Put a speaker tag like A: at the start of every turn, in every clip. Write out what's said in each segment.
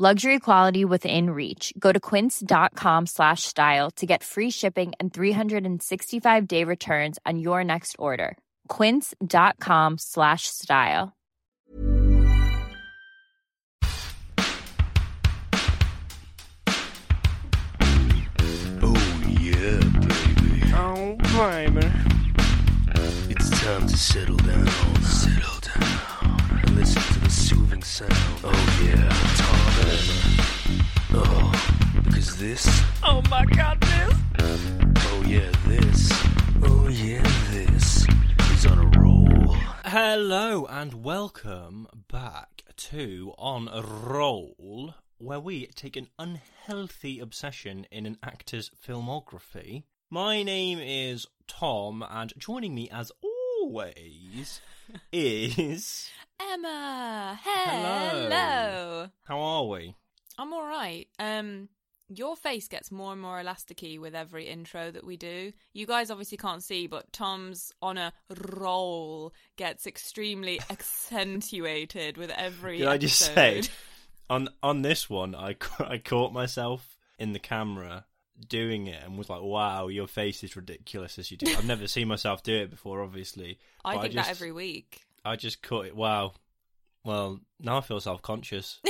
A: Luxury quality within reach. Go to quince.com slash style to get free shipping and 365 day returns on your next order. Quince.com slash style.
B: Oh yeah, baby.
C: Oh, baby.
B: It's time to settle down. Settle down. And listen to the soothing sound. Oh yeah, Tom Emmer. Oh, because this.
C: Oh my god, this.
B: Oh yeah, this. Oh yeah, this is on a roll.
D: Hello and welcome back to On a Roll, where we take an unhealthy obsession in an actor's filmography. My name is Tom, and joining me as always is.
E: Emma,
D: Hello.
E: hello.
D: How are we?
E: I'm all right. Um, your face gets more and more elasticy with every intro that we do. You guys obviously can't see, but Tom's on a roll gets extremely accentuated with every.
D: Did I just say
E: episode.
D: on on this one? I ca- I caught myself in the camera doing it and was like, "Wow, your face is ridiculous as you do." it." I've never seen myself do it before, obviously.
E: I
D: but
E: think
D: just,
E: that every week.
D: I just caught it. Wow. Well, now I feel self conscious.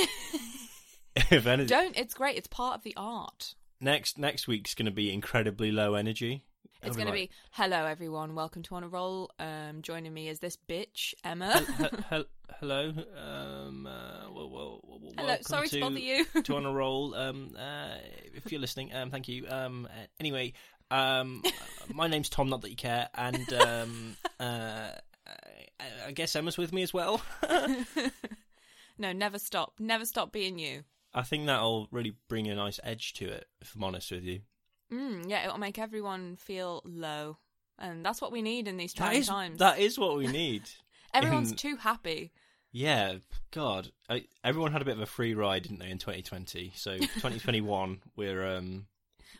D: if anything,
E: Don't. It's great. It's part of the art.
D: next next week's going to be incredibly low energy.
E: It's
D: I'll
E: going to be
D: like,
E: hello everyone, welcome to on a roll. Um, joining me is this bitch Emma.
D: "Hel- hel- Hello, um, uh, well, well, well,
E: Hello,
D: welcome
E: sorry to
D: to
E: bother you.
D: to on a roll. Um, uh, if you're listening, um, thank you. Um, uh, anyway, um, my name's Tom. Not that you care, and um, uh, I, I guess Emma's with me as well.
E: no, never stop, never stop being you.
D: I think that'll really bring a nice edge to it. If I'm honest with you,
E: Mm, yeah, it'll make everyone feel low, and that's what we need in these
D: that
E: trying
D: is
E: times.
D: that is what we need.
E: Everyone's
D: in-
E: too happy.
D: Yeah, God, I, everyone had a bit of a free ride, didn't they, in 2020? So 2021, we're um,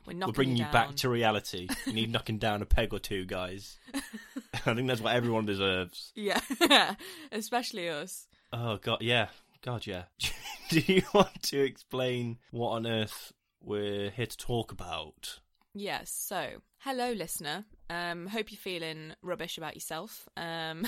E: We're
D: we're
E: knocking
D: bringing you,
E: down.
D: back to reality. You need knocking down a peg or two, guys. I think that's what everyone deserves.
E: yeah, especially us.
D: Oh God, yeah, God, yeah. Do you want to explain what on earth we're here to talk about?
E: Yes. So, hello, listener. Um, hope you're feeling rubbish about yourself. Um,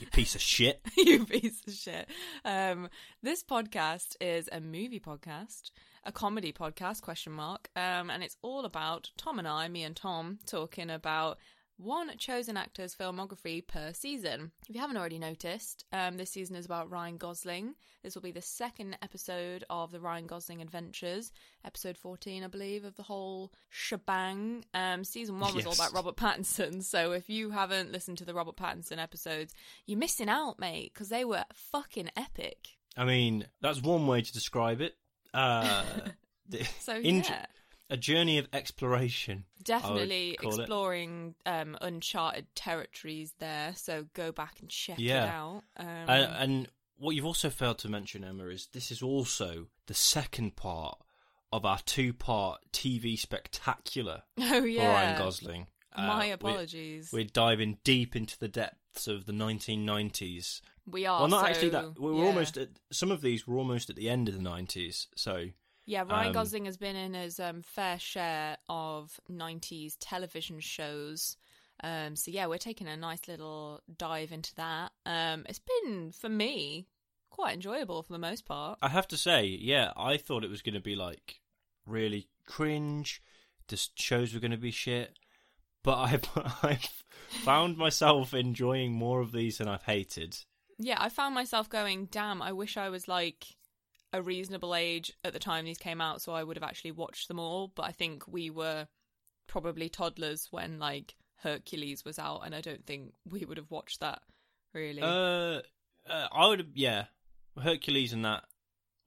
D: You piece of shit.
E: you piece of shit. Um, this podcast is a movie podcast, a comedy podcast? Question mark. Um, and it's all about Tom and I, me and Tom, talking about one chosen actor's filmography per season. If you haven't already noticed, um, this season is about Ryan Gosling. This will be the second episode of the Ryan Gosling Adventures, episode 14, I believe, of the whole shebang. Um, season one was all
D: Yes.
E: about Robert Pattinson. So if you haven't listened to the Robert Pattinson episodes, you're missing out, mate, because they were fucking epic.
D: I mean, that's one way to describe it. Uh, the-
E: So
D: in-
E: yeah.
D: a journey of exploration. I would
E: definitely
D: call it.
E: exploring um, uncharted territories there. So go back and check
D: Yeah.
E: it out. Um,
D: and, and what you've also failed to mention, Emma, is this is also the second part of our two-part TV spectacular
E: oh yeah,
D: for Ryan Gosling. Uh,
E: My
D: we're-
E: apologies.
D: We're,
E: We,
D: diving deep into the depths of the 1990s.
E: are.
D: well, not actually
E: Ah, so-
D: that. We're
E: yeah.
D: almost at some of these. Were almost at the end of the 90s. So
E: Yeah, Ryan
D: um,
E: Gosling has been in his um, fair share of '90s television shows. Um, so yeah, we're taking a nice little dive into that. Um, it's been for me quite enjoyable for the most part.
D: I have to say, yeah, I thought it was going to be like really cringe. The shows were going to be shit, but I've I've found myself enjoying more of these than I've hated.
E: Yeah, I found myself going, damn, I wish I was like a reasonable age at the time these came out, so I would have actually watched them all. But I think we were probably toddlers when like Hercules was out, and I don't think we would have watched that really.
D: Uh, uh, I would have yeah, Hercules and that.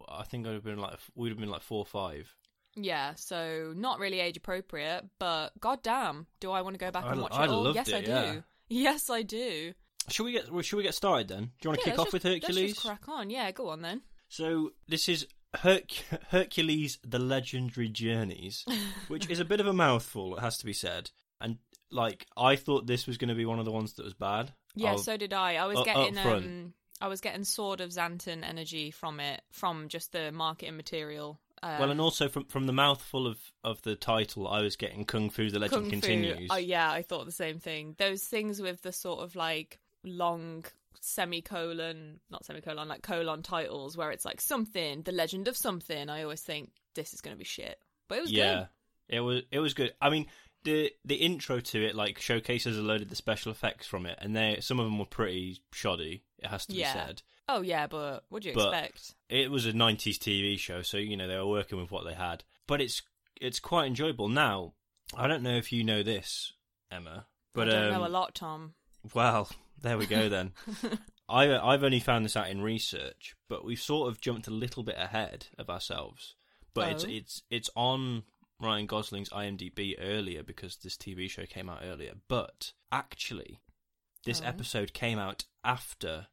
D: I think I'd have been like we'd have been like four or five.
E: Yeah, so not really age appropriate, but goddamn, do I want to go back
D: I-
E: and watch
D: I
E: it all?
D: loved
E: Yes,
D: it,
E: I do.
D: yeah.
E: Yes, I do.
D: Should we get well, should we get started then? Do you want to
E: Yeah,
D: kick
E: let's
D: off with
E: just-
D: Hercules? Oh,
E: Let's just crack on. Yeah, go on then.
D: So this is Herc- Hercules: The Legendary Journeys, which is a bit of a mouthful, it has to be said. And like, I thought this was going to be one of the ones that was bad.
E: Yeah,
D: I'll-
E: so did I. I was
D: up- up
E: getting
D: front.
E: um, I was getting sort of Xanton energy from it, from just the marketing material. Um,
D: well, and also from from the mouthful of of the title, I was getting Kung Fu: The Legend
E: Kung Fu-
D: Continues.
E: Oh yeah, I thought the same thing. Those things with the sort of like long semicolon, not semicolon, like colon titles where it's like something, the legend of something. I always think this is going to be shit, but it was
D: yeah,
E: good.
D: it was it was good. I mean, the the intro to it like showcases a load of the special effects from it, and they some of them were pretty shoddy. It has to
E: Yeah.
D: be said.
E: Oh yeah, but what do you
D: But-
E: expect?
D: it was a 90s TV show, so you know they were working with what they had. But it's it's quite enjoyable. Now, I don't know if you know this, Emma, but
E: I
D: um,
E: don't know a lot, Tom.
D: well, there we go then. I I've only found this out in research, but we've sort of jumped a little bit ahead of ourselves. But it's
E: Oh.
D: it's it's on Ryan Gosling's IMDb earlier because this TV show came out earlier. But actually, this
E: Oh.
D: episode came out after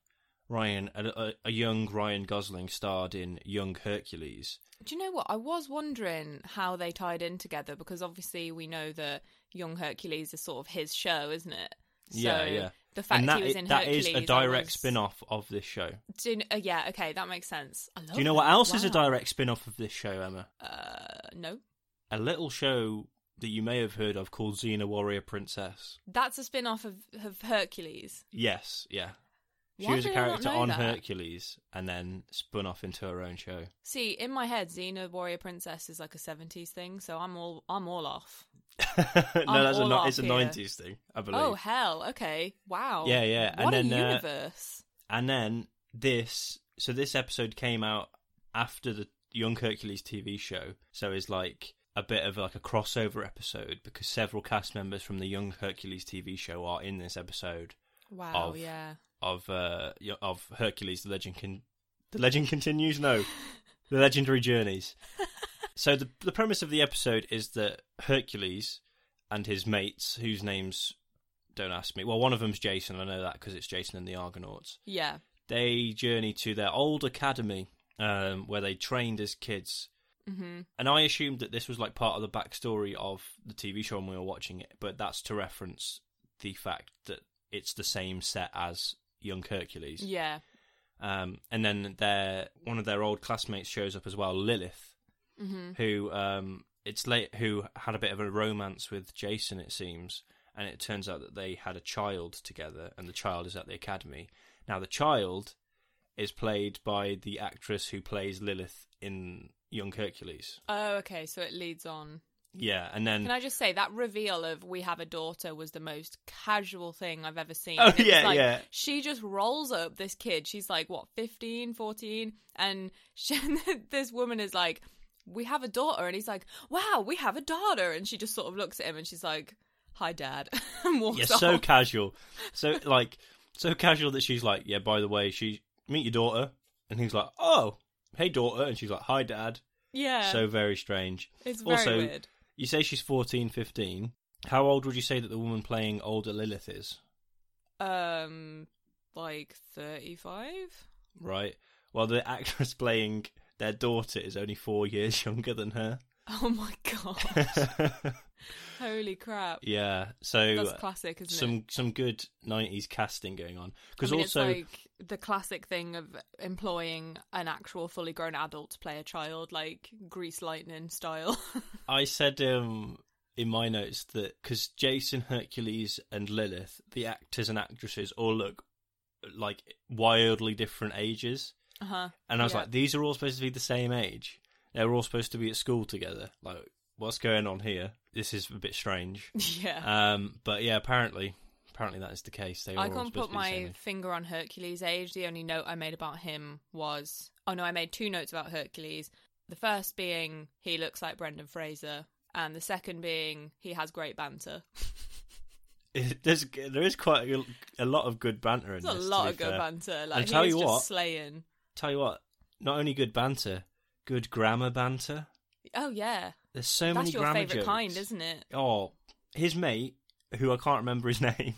D: Ryan, a, a, a young Ryan Gosling starred in Young Hercules.
E: Do you know what? I was wondering how they tied in together because obviously we know that Young Hercules is sort of his show, isn't it?
D: yeah, yeah.
E: The fact
D: and that
E: he was
D: i-
E: in
D: that is
E: Hercules
D: a direct
E: was...
D: spin-off of this show.
E: Do you kn- uh, yeah, okay, that makes sense. I love
D: Do you know what
E: that.
D: else is a
E: Oh, Wow.
D: direct spin-off of this show, Emma?
E: Uh, no,
D: a little show that you may have heard of called Xena Warrior Princess.
E: that's a spin off of, of Hercules.
D: Yes, yeah. She
E: Why
D: was a
E: did I not
D: character
E: know
D: on
E: that?
D: Hercules and then spun off into her own show.
E: See, in my head, Xena Warrior Princess is like a seventies thing, so I'm all I'm all off.
D: no, that's a
E: all
D: no-
E: off
D: it's a
E: here.
D: nineties thing, I believe.
E: Oh hell, okay, wow.
D: Yeah, yeah, and
E: What
D: then,
E: a
D: uh,
E: universe.
D: And then this, so this episode came out after the Young Hercules TV show, so it's like a bit of like a crossover episode because several cast members from the Young Hercules TV show are in this episode
E: Wow,
D: of-
E: yeah.
D: of uh y- of Hercules the legend con- the legend continues no the legendary journeys so the the premise of the episode is that Hercules and his mates whose names don't ask me well one of them's Jason I know that because it's Jason and the Argonauts
E: Yeah.
D: they journey to their old academy um where they trained as kids
E: Mm-hmm.
D: and I assumed that this was like part of the backstory of the TV show when we were watching it, but that's to reference the fact that it's the same set as Young Hercules.
E: Yeah.
D: Um, and then their one of their old classmates shows up as well, Lilith,
E: Mm-hmm.
D: who um, it's late who had a bit of a romance with Jason, it seems, and it turns out that they had a child together, and the child is at the academy. Now the child is played by the actress who plays Lilith in Young Hercules.
E: Oh, okay. So it leads on.
D: Yeah, and then
E: Can I just say that reveal of "We have a daughter" was the most casual thing I've ever seen.
D: Oh,
E: It was
D: yeah,
E: like,
D: yeah.
E: She just rolls up this kid. She's like what 15, 14 and she, this woman is like, "We have a daughter," and he's like, "Wow, we have a daughter," and she just sort of looks at him and she's like, "Hi, dad," and walks
D: yeah,
E: off.
D: so casual, so like so casual that she's like, yeah. By the way, she meet your daughter, and he's like, oh, hey daughter, and she's like, hi dad.
E: yeah,
D: So very strange.
E: it's very
D: also,
E: weird.
D: You say she's 14, 15. How old would you say that the woman playing older Lilith is?
E: Um, like thirty-five.
D: Right. Well, the actress playing their daughter is only four years younger than her.
E: Oh my god! Holy crap!
D: yeah. So
E: That's
D: uh,
E: classic, isn't it?
D: some some good nineties casting going on. Because
E: I mean,
D: also,
E: it's like the classic thing of employing an actual fully grown adult to play a child, like Grease Lightning style.
D: I said um, in my notes that because Jason, Hercules, and Lilith, the actors and actresses, all look like wildly different ages.
E: uh huh.
D: And I was
E: Yeah.
D: like, these are all supposed to be the same age. They're all supposed to be at school together. Like, what's going on here? This is a bit strange.
E: Yeah.
D: Um, but yeah, apparently, apparently that is the case. They were
E: I
D: all
E: can't
D: supposed to
E: put
D: be the same
E: my
D: age.
E: finger on Hercules' age. The only note I made about him was oh no, I made two notes about Hercules. The first being he looks like Brendan Fraser, and the second being he has great banter.
D: There's there is quite a, a lot of good banter in
E: There's a
D: this. to
E: lot
D: be
E: of good
D: fair.
E: banter. Like
D: tell
E: he
D: you
E: was
D: what.
E: just slaying.
D: Tell you what, not only good banter, good grammar banter.
E: Oh yeah,
D: There's so
E: that's
D: many
E: your
D: grammar
E: favorite
D: jokes.
E: kind, isn't it?
D: Oh, his mate, who I can't remember his name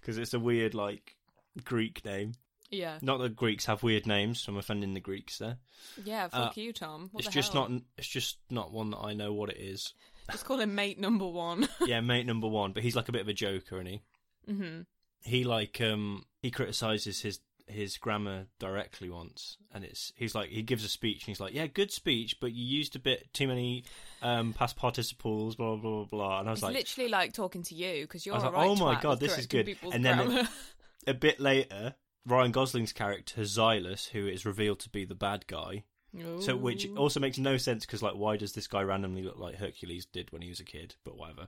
D: because it's a weird like Greek name.
E: Yeah,
D: Not that Greeks have weird names. So I'm offending the Greeks there.
E: yeah. Fuck
D: Uh,
E: you, Tom. What
D: it's
E: the
D: just
E: hell?
D: not. It's just not one that I know what it is.
E: Just call him mate number one.
D: yeah, mate number one, but he's like a bit of a joker, and he
E: hmm
D: he like um he criticizes his his grammar directly once, and it's he's like he gives a speech and he's like, yeah, good speech, but you used a bit too many um past participles, blah blah blah, blah. and I was
E: It's
D: like,
E: literally like talking to you because you're
D: was
E: a
D: like,
E: right
D: oh my
E: twat
D: God,
E: with
D: this is
E: correcting
D: good.
E: people's
D: And then it-
E: grammar.
D: a bit later, Ryan Gosling's character Xylus, who is revealed to be the bad guy, so which
E: Ooh.
D: also makes no sense because like, why does this guy randomly look like Hercules did when he was a kid? But whatever,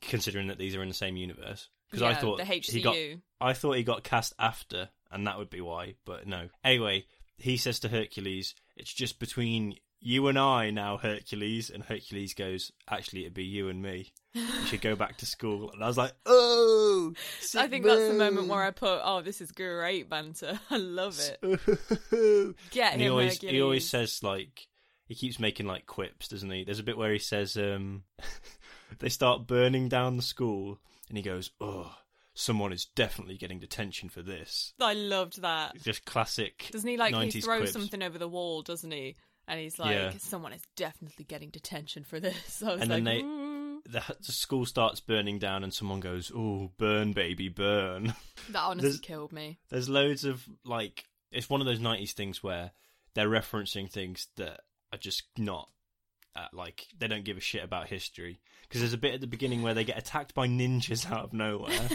D: considering that these are in the same universe. Because I
E: Yeah,
D: thought
E: the HCU.
D: he got I thought he got cast after, and that would be why, but no. Anyway, he says to Hercules, It's just between you and I now, Hercules. And Hercules goes, Actually, it'd be you and me. You should go back to school. And I was like, Oh!
E: I think that's the moment where I put, "Oh, this is great banter. I love it."
D: it.
E: Get
D: and
E: him,
D: he always, he
E: Hercules.
D: always says, like, he keeps making, like, quips, doesn't he? There's a bit where he says, um, they start burning down the school, and he goes, Oh, someone is definitely getting detention for this.
E: I loved that.
D: just classic.
E: Doesn't he like
D: 90s
E: he throws
D: quips.
E: something over the wall, doesn't he? And he's like,
D: Yeah.
E: "Someone is definitely getting detention for this." I was
D: And
E: like,
D: then
E: "Mm."
D: they-
E: "Ooh."
D: The, the school starts burning down, and someone goes, "Oh, burn, baby, burn."
E: "Hmm, "That honestly
D: There's-
E: killed me."
D: There's loads of like, it's one of those '90s things where they're referencing things that are just not. Uh, like they don't give a shit about history because there's a bit at the beginning where they get attacked by ninjas out of nowhere,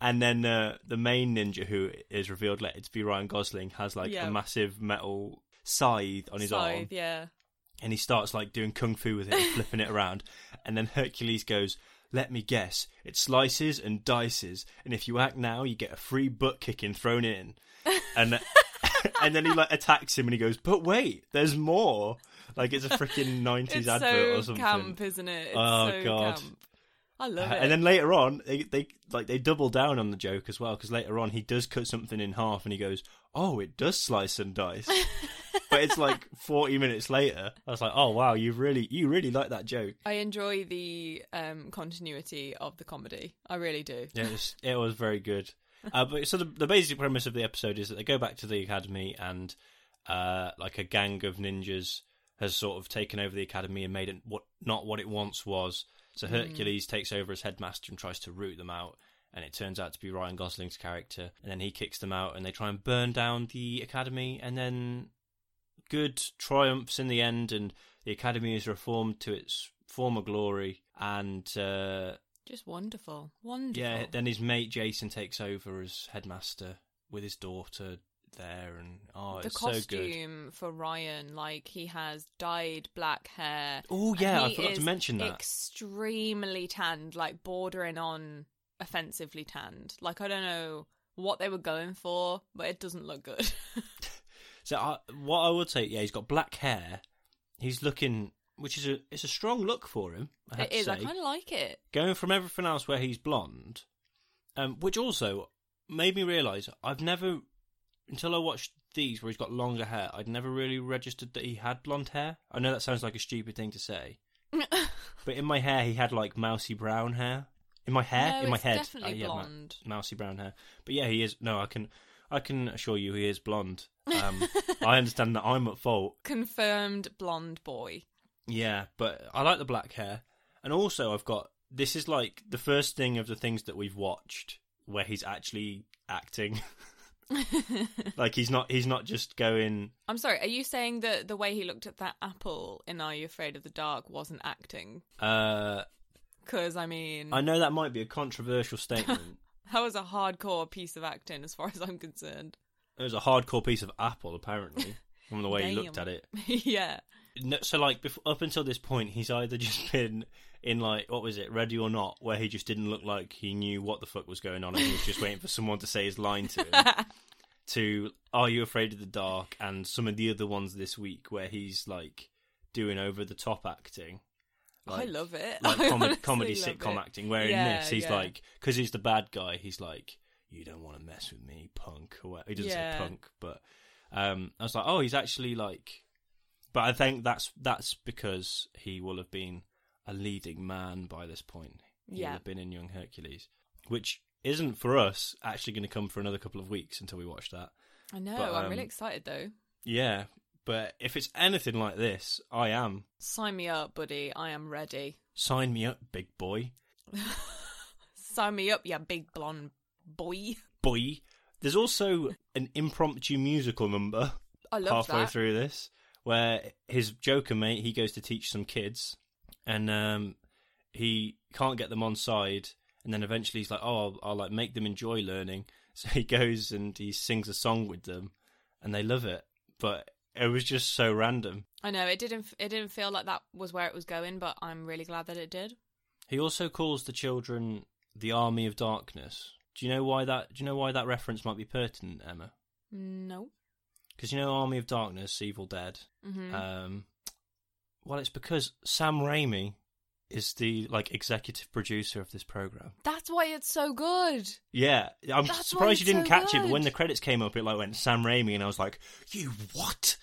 D: and then uh, the main ninja who is revealed later to be Ryan Gosling has like
E: Yeah.
D: a massive metal scythe on his
E: Scythe,
D: arm,
E: yeah.
D: and he starts like doing kung fu with it, and flipping it around, and then Hercules goes, "Let me guess, it slices and dices, and if you act now, you get a free butt kicking thrown in." And and then he like attacks him, and he goes, "But wait, there's more!" Like it's a freaking nineties
E: It's
D: advert
E: so
D: or something.
E: camp, isn't it? It's
D: Oh,
E: so
D: God. Uh,
E: camp. I love it.
D: And then later on, they, they like they double down on the joke as well because later on he does cut something in half and he goes, "Oh, it does slice and dice." but it's like forty minutes later. I was like, "Oh wow, you've really you really like that joke."
E: I enjoy the um, continuity of the comedy. I really do.
D: Yeah, it was, it was very good. Uh, but so the, the basic premise of the episode is that they go back to the academy and uh, like a gang of ninjas has sort of taken over the academy and made it what not what it once was. So Hercules takes over as headmaster and tries to root them out. And it turns out to be Ryan Gosling's character, and then he kicks them out, and they try and burn down the academy. And then good triumphs in the end, and the academy is reformed to its former glory. And uh,
E: Just wonderful, wonderful.
D: yeah, then his mate Jason takes over as headmaster with his daughter there, and oh,
E: the
D: it's so good.
E: costume for Ryan, like he has dyed black hair.
D: Oh,
E: and
D: yeah, I
E: he
D: forgot to
E: is
D: mention that.
E: Extremely tanned, like bordering on offensively tanned. Like I don't know what they were going for, but it doesn't look good.
D: So, I, what I would say, yeah, he's got black hair. He's looking, which is a it's a strong look for him. I have
E: it
D: to
E: is.
D: Say.
E: I kind of like it.
D: Going from everything else where he's blonde, um, which also made me realise I've never, until I watched these where he's got longer hair, I'd never really registered that he had blonde hair. I know that sounds like a stupid thing to say, But in my hair, he had like mousy brown hair. In my hair,
E: No,
D: in my
E: it's
D: head, Oh,
E: definitely
D: yeah, mou-
E: blonde.
D: mousy brown hair. But yeah, he is. No, I can, I can assure you, he is blonde. Um, I understand that I'm at fault.
E: Confirmed blonde boy.
D: Yeah, but I like the black hair, and also I've got this is like the first thing of the things that we've watched where he's actually acting. like he's not, he's not just going.
E: I'm sorry. Are you saying that the way he looked at that apple in Are You Afraid of the Dark wasn't acting?
D: Uh,
E: Because I mean,
D: I know that might be a controversial statement.
E: that was a hardcore piece of acting, as far as I'm concerned.
D: it was a hardcore piece of apple, apparently, from the way he looked at
E: Damn.
D: it.
E: yeah.
D: no, so like before, up until this point, he's either just been in like what was it, Ready or Not, where he just didn't look like he knew what the fuck was going on, and he was just waiting for someone to say his line to him. to Are You Afraid of the Dark, and some of the other ones this week where he's like doing over the top acting.
E: I love it.
D: Like
E: I
D: comedy,
E: honestly
D: comedy
E: love
D: sitcom
E: it.
D: acting, where in
E: Yeah,
D: this he's
E: yeah.
D: like, because he's the bad guy, he's like, you don't want to mess with me, punk. Or what- he doesn't
E: Yeah.
D: say punk, but um, I was like, oh, he's actually like But I think that's that's because he will have been a leading man by this point. He
E: Yeah.
D: will have been in Young Hercules, which isn't for us actually going to come for another couple of weeks until we watch that.
E: I know.
D: But,
E: I'm really
D: um,
E: excited though.
D: Yeah, but if it's anything like this, I am.
E: Sign me up, buddy. I am ready.
D: Sign me up, big boy.
E: Sign me up, you big blonde boy.
D: Boy. There's also an impromptu musical number
E: I love
D: halfway
E: that.
D: through this where his Joker mate, he goes to teach some kids and um, he can't get them on side. And then eventually he's like, oh, I'll, I'll like make them enjoy learning. So he goes and he sings a song with them and they love it. But it was just so random.
E: I know it didn't. It didn't feel like that was where it was going, but I'm really glad that it did.
D: He also calls the children the army of darkness. Do you know why that? Do you know why that reference might be pertinent, Emma?
E: No.
D: Because you know, Army of Darkness, Evil Dead.
E: Mhm.
D: Um, well, it's because Sam Raimi is the like executive producer of this program.
E: That's why it's so good.
D: Yeah, I'm
E: That's why
D: surprised you
E: it's
D: didn't
E: so
D: catch it. But when
E: good.
D: the credits came up, it like went Sam Raimi, and I was like, "You what?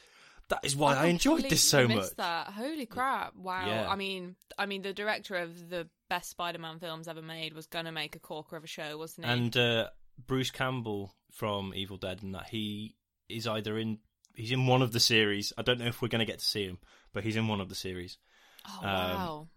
D: That is why I, enjoyed this so
E: completely
D: much."
E: missed That holy crap! Wow.
D: Yeah.
E: I mean, I mean, the director of the best Spider-Man films ever made was gonna make a corker of a show, wasn't he?
D: And uh, Bruce Campbell from Evil Dead, and that he is either in he's in one of the series. I don't know if we're going to get to see him, but he's in one of the series.
E: oh
D: um,
E: wow,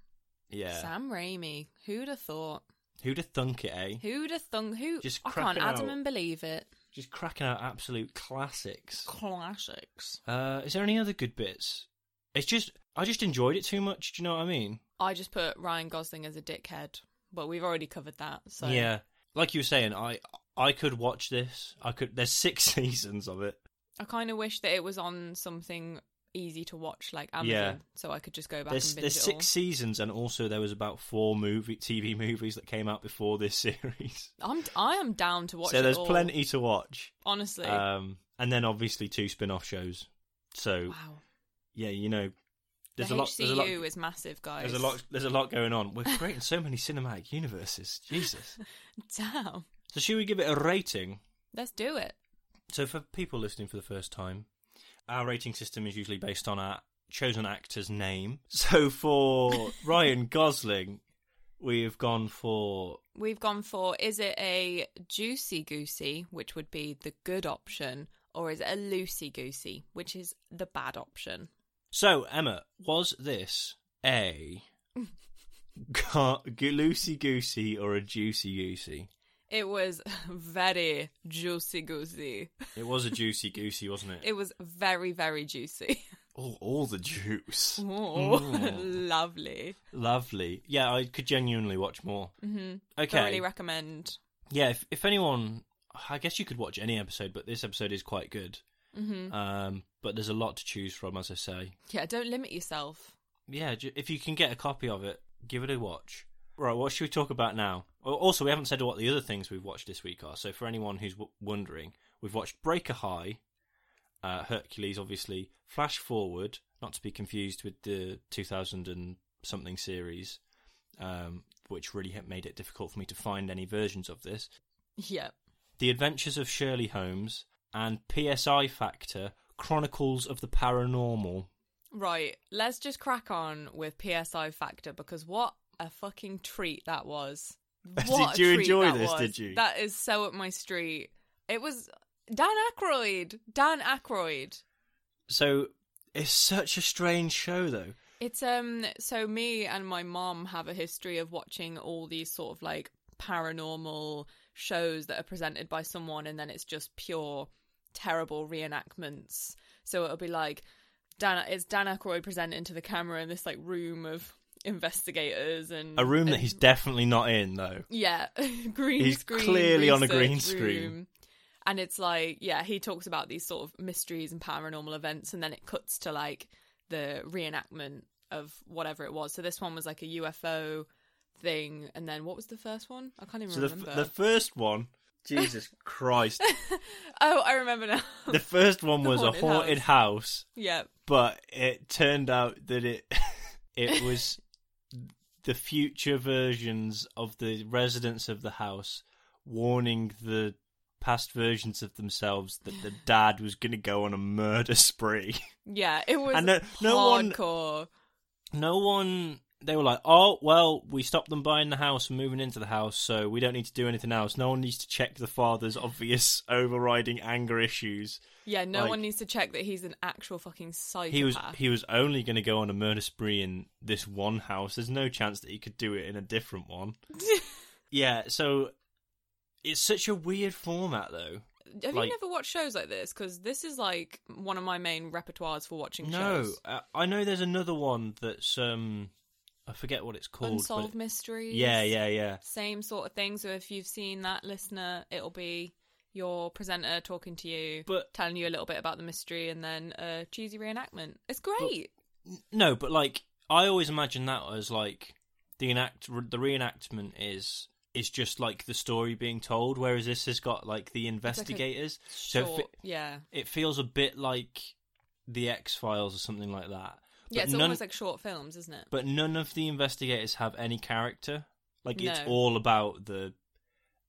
D: Yeah,
E: Sam Raimi. Who'd have thought?
D: who'd have thunk it, eh?
E: Who'd have thunk? Who?
D: Just
E: I can't
D: cracking
E: Adam
D: out.
E: and believe it.
D: Just cracking out absolute classics.
E: Classics.
D: Uh, is there any other good bits? It's just I just enjoyed it too much. Do you know what I mean?
E: I just put Ryan Gosling as a dickhead, but we've already covered that. So
D: Yeah, like you were saying, I I could watch this. I could. There's six seasons of it.
E: I kind of wish that it was on something easy to watch like Amazon,
D: Yeah.
E: so I could just go back
D: There's
E: and binge
D: there's
E: it
D: six seasons, and also there was about four movie TV movies that came out before this series.
E: all. I'm I am down to watch.
D: so
E: it
D: there's
E: all,
D: plenty to watch.
E: Honestly,
D: Um, and then obviously two spin-off shows. So
E: wow.
D: yeah, you know, there's
E: the
D: a lot.
E: HCU
D: There's a lot.
E: is massive, guys.
D: There's a lot. There's a lot going on. We're creating so many cinematic universes. Jesus.
E: Damn.
D: So should we give it a rating?
E: Let's do it.
D: So for people listening for the first time, our rating system is usually based on our chosen actor's name. So for Ryan Gosling, we have gone for
E: We've gone for is it a juicy goosey, which would be the good option, or is it a loosey goosey, which is the bad option?
D: So, Emma, was this a loosey goosey or a juicy goosey?
E: It was very juicy goosey.
D: It was a juicy goosey, wasn't it?
E: It was very, very juicy.
D: Oh, all the juice.
E: Oh,
D: Mm.
E: lovely.
D: Lovely. Yeah, I could genuinely watch more.
E: hmm
D: Okay.
E: Thoroughly recommend.
D: yeah, if, if anyone, I guess you could watch any episode, but this episode is quite good.
E: hmm
D: Um, but there's a lot to choose from, as I say.
E: Yeah, don't limit yourself.
D: Yeah, ju- if you can get a copy of it, give it a watch. Right, what should we talk about now? Al- Also, we haven't said what the other things we've watched this week are. So, for anyone who's w- wondering, we've watched Breaker High, uh, Hercules, obviously, Flash Forward, not to be confused with the 2000 and something series, um, which really ha- made it difficult for me to find any versions of this.
E: Yeah.
D: The Adventures of Shirley Holmes, and PSI Factor Chronicles of the Paranormal.
E: Right. Let's just crack on with PSI Factor because what a fucking treat that was. What
D: Did you
E: a treat
D: enjoy
E: that
D: this,
E: was.
D: did you?
E: That is so up my street. It was Dan Aykroyd. Dan Aykroyd.
D: So it's such a strange show, though.
E: It's um so me and my mom have a history of watching all these sort of like paranormal shows that are presented by someone and then it's just pure terrible reenactments. So it'll be like Dan it's Dan Aykroyd presenting to the camera in this like room of investigators and
D: A room that he's definitely not in, though.
E: yeah, green
D: He's
E: screen.
D: clearly on a
E: research
D: green screen.
E: room. And it's like, yeah, he talks about these sort of mysteries and paranormal events, and then it cuts to like the reenactment of whatever it was. So this one was like a UFO thing, and then what was the first one? I can't even
D: So the,
E: remember.
D: f- the first one, Jesus Christ,
E: oh, I remember now.
D: the first one
E: The
D: was a
E: haunted
D: haunted house.
E: yeah,
D: but it turned out that it it was the future versions of the residents of the house warning the past versions of themselves that the dad was going to go on a murder spree.
E: Yeah, it was
D: And no- no one-
E: hardcore.
D: No one. They were like, oh, well, we stopped them buying the house and moving into the house, so we don't need to do anything else. No one needs to check the father's obvious overriding anger issues.
E: Yeah, no
D: Like-
E: one needs to check that he's an actual fucking psychopath.
D: He was he was only going to go on a murder spree in this one house. There's no chance that he could do it in a different one. yeah, so it's such a weird format, though.
E: Have
D: like-
E: you never watched shows like this? Because this is like one of my main repertoires for watching
D: No,
E: shows.
D: uh, I know there's another one that's um, I forget what it's called. but-
E: Unsolved mysteries.
D: Yeah, yeah, yeah.
E: Same sort of thing. So if you've seen that, listener, it'll be your presenter talking to you,
D: But-
E: telling you a little bit about the mystery, and then a cheesy reenactment. It's great.
D: N- No, but like I always imagine that as like the enact the reenactment is is just like the story being told, whereas this has got like the investigators. so it,
E: Short,
D: fe-
E: yeah,
D: it feels a bit like the X Files or something like that.
E: yeah. It's
D: none,
E: almost like short films, isn't it?
D: but none of the investigators have any character. Like it's
E: No.
D: all about the.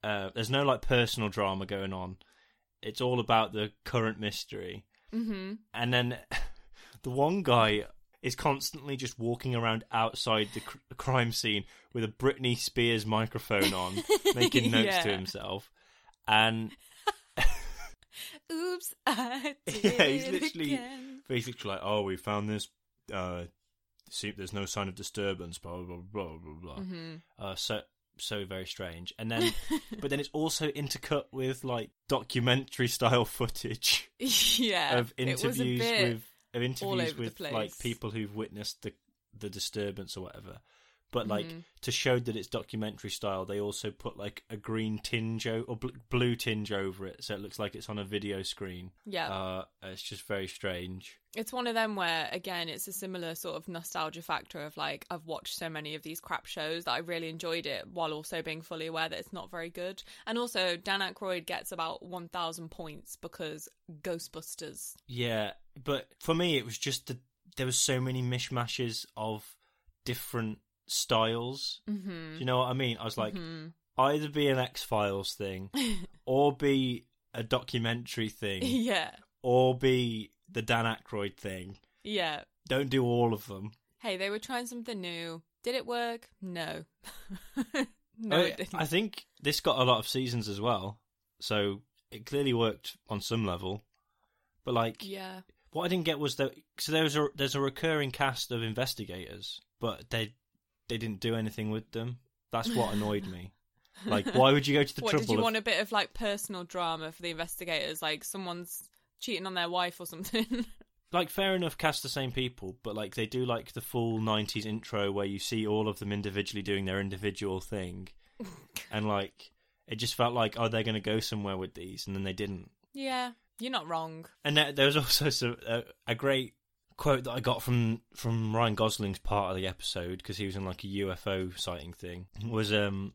D: Uh, there's no like personal drama going on. It's all about the current mystery.
E: Mm-hmm.
D: And then the one guy is constantly just walking around outside the cr- crime scene with a Britney Spears microphone on, making notes to
E: Yeah.
D: himself. And
E: Oops, I did
D: Yeah, he's
E: it
D: literally-
E: again.
D: basically, like, oh, we found this. Uh, see, there's no sign of disturbance. Blah blah blah blah blah.
E: Mhm.
D: Uh, so so very strange. And then, but then it's also intercut with like documentary style footage
E: yeah,
D: of interviews
E: it was a bit...
D: with of interviews
E: over the
D: with like
E: place.
D: people who've witnessed the the disturbance or whatever. But like
E: Mhm.
D: to show that it's documentary style, they also put like a green tinge o- or bl- blue tinge over it, so it looks like it's on a video screen.
E: Yeah.
D: uh, it's just very strange.
E: It's one of them where, again, it's a similar sort of nostalgia factor of like, I've watched so many of these crap shows that I really enjoyed it while also being fully aware that it's not very good. And also, Dan Aykroyd gets about 1,000 points because Ghostbusters.
D: Yeah, but for me, it was just that there was so many mishmashes of different styles.
E: Mm-hmm.
D: Do you know what I mean? I was like, either be an X Files thing, or be a documentary thing,
E: yeah.
D: or be the Dan Aykroyd thing.
E: Yeah.
D: Don't do all of them.
E: Hey, they were trying something new. Did it work? No. no,
D: I-
E: it didn't.
D: Oh, I think this got a lot of seasons as well, so it clearly worked on some level. But like,
E: yeah.
D: what I didn't get was that so there's a there's a recurring cast of investigators, but they they didn't do anything with them. That's what annoyed me. Like, why would you go to the
E: what
D: trouble?
E: did you
D: of-
E: want a bit of like personal drama for the investigators? Like, someone's cheating on their wife or something?
D: like fair enough cast the same people but like they do like the full 90s intro where you see all of them individually doing their individual thing and like it just felt like oh they're going to go somewhere with these and then they didn't
E: Yeah, you're not wrong.
D: and there, there was also some, a, a great quote that i got from from ryan gosling's part of the episode because he was in like a ufo sighting thing was um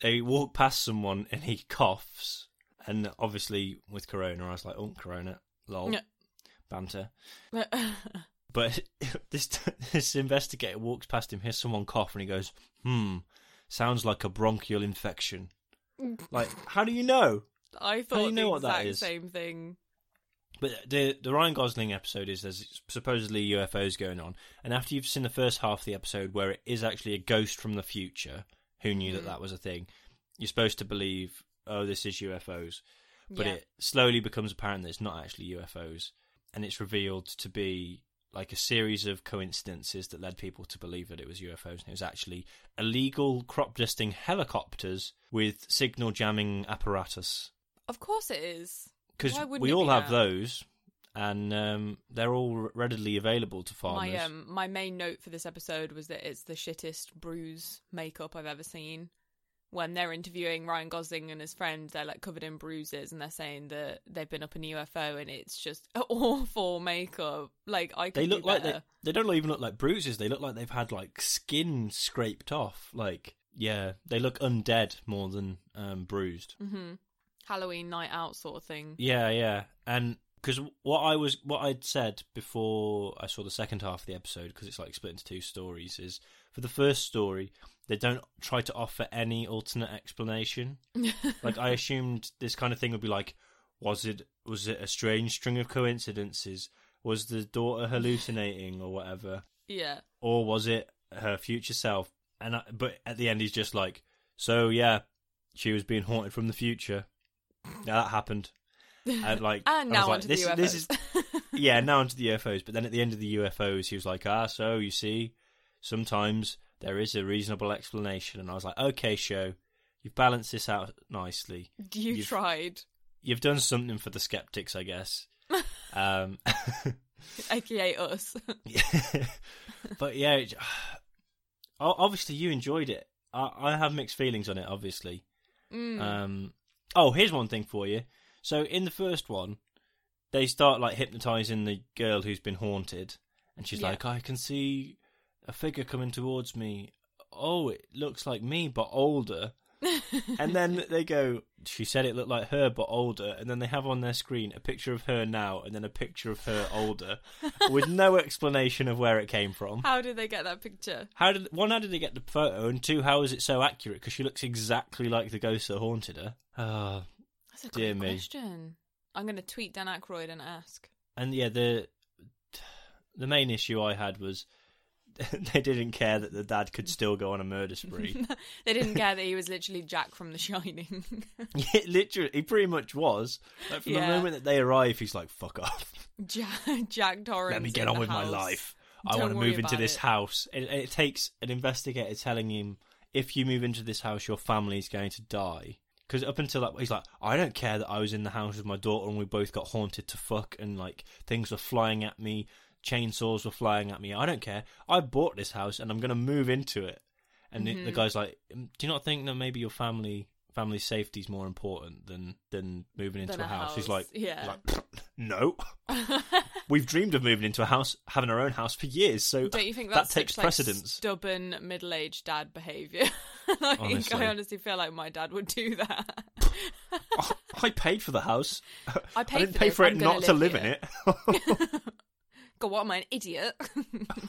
D: they walk past someone and he coughs and obviously with corona i was like oh corona lol
E: Yeah.
D: banter But this this investigator walks past him, hears someone cough, and he goes, "Hmm, sounds like a bronchial infection." like, how do you know?
E: I
D: do
E: thought
D: you know
E: the
D: what that
E: exact
D: is?
E: same thing.
D: But the the Ryan Gosling episode is there's supposedly UFOs going on, and after you've seen the first half of the episode where it is actually a ghost from the future who knew that that was a thing, you're supposed to believe, oh, this is UFOs. But
E: Yeah.
D: it slowly becomes apparent that it's not actually UFOs, and it's revealed to be like a series of coincidences that led people to believe that it was UFOs, and it was actually illegal crop dusting helicopters with signal jamming apparatus
E: Of course it is.
D: because
E: Why wouldn't
D: we
E: it
D: all
E: be
D: have
E: that?
D: those, and um, they're all readily available to farmers.
E: My um, my main note for this episode was that it's the shittest bruise makeup I've ever seen. When they're interviewing Ryan Gosling and his friend, they're like covered in bruises and they're saying that they've been up in a UFO and it's just awful makeup. Like I could
D: they
E: do
D: look like they,
E: better.
D: they don't even look like bruises. They look like they've had like skin scraped off. Like yeah, they look undead more than um, bruised.
E: Mhm. Halloween night out sort of thing.
D: Yeah, yeah, and because what I was what I'd said before I saw the second half of the episode because it's like split into two stories is for the first story They don't try to offer any alternate explanation. like I assumed this kind of thing would be like, was it was it a strange string of coincidences? Was the daughter hallucinating or whatever,
E: yeah.
D: or was it her future self? And I, but at the end, he's just like, so yeah, she was being haunted from the future. Yeah, that happened. And like,
E: And
D: I was
E: Ah, now
D: like,
E: onto
D: this,
E: the UFOs.
D: this is yeah, now onto the UFOs. But then at the end of the UFOs, he was like, ah, so you see, sometimes there is a reasonable explanation. And I was like, okay, show, you've balanced this out nicely.
E: you
D: you've-
E: tried.
D: You've done something for the skeptics, I guess. um,
E: AKA us.
D: but yeah, it- o- obviously you enjoyed it. I, I have mixed feelings on it, obviously.
E: Hmm. Mm.
D: Um, oh, here's one thing for you. So in the first one, they start like hypnotizing the girl who's been haunted, and she's
E: Yeah.
D: like, "I can see a figure coming towards me. Oh, it looks like me but older." and then they go, "She said it looked like her but older." And then they have on their screen a picture of her now, and then a picture of her older, with no explanation of where it came from.
E: How did they get that picture?
D: How did one? How did they get the photo? And two, how is it so accurate? Because she looks exactly like the ghost that haunted her. Ah,
E: That's a
D: Dear
E: great
D: me.
E: question. I'm going to tweet Dan Aykroyd and ask.
D: and yeah, the the main issue I had was they didn't care that the dad could still go on a murder spree.
E: They didn't care that he was literally Jack from The Shining.
D: Yeah, literally, he pretty much was. Like from
E: Yeah.
D: the moment that they arrive, he's like, "Fuck off,
E: Jack, Jack Torrance.
D: let me
E: in
D: get on
E: the
D: with my
E: house.
D: life. I
E: Don't
D: want to
E: worry
D: move into
E: about
D: this
E: it."
D: house." And, and it takes an investigator telling him, "If you move into this house, your family's going to die." Because up until that, he's like, "I don't care that I was in the house with my daughter and we both got haunted to fuck, and like things were flying at me, chainsaws were flying at me. I don't care. I bought this house and I'm going to move into it." And the,
E: Mm-hmm.
D: the guy's like, "Mm, "Do you not think that maybe your family?" Family safety's more important than than moving into
E: Than
D: a
E: a
D: house. He's
E: house,
D: like,
E: yeah.
D: he's like no, We've dreamed of moving into a house, having our own house for years, so
E: Don't you think
D: that
E: that's
D: takes
E: such, like,
D: precedence.
E: stubborn middle-aged dad behaviour. like,
D: Honestly.
E: I honestly feel like my dad would do that.
D: I paid for the house.
E: I
D: I
E: paid
D: didn't
E: for
D: pay
E: this,
D: for it
E: I'm gonna
D: not to live in
E: here.
D: it.
E: God, what am I, an idiot?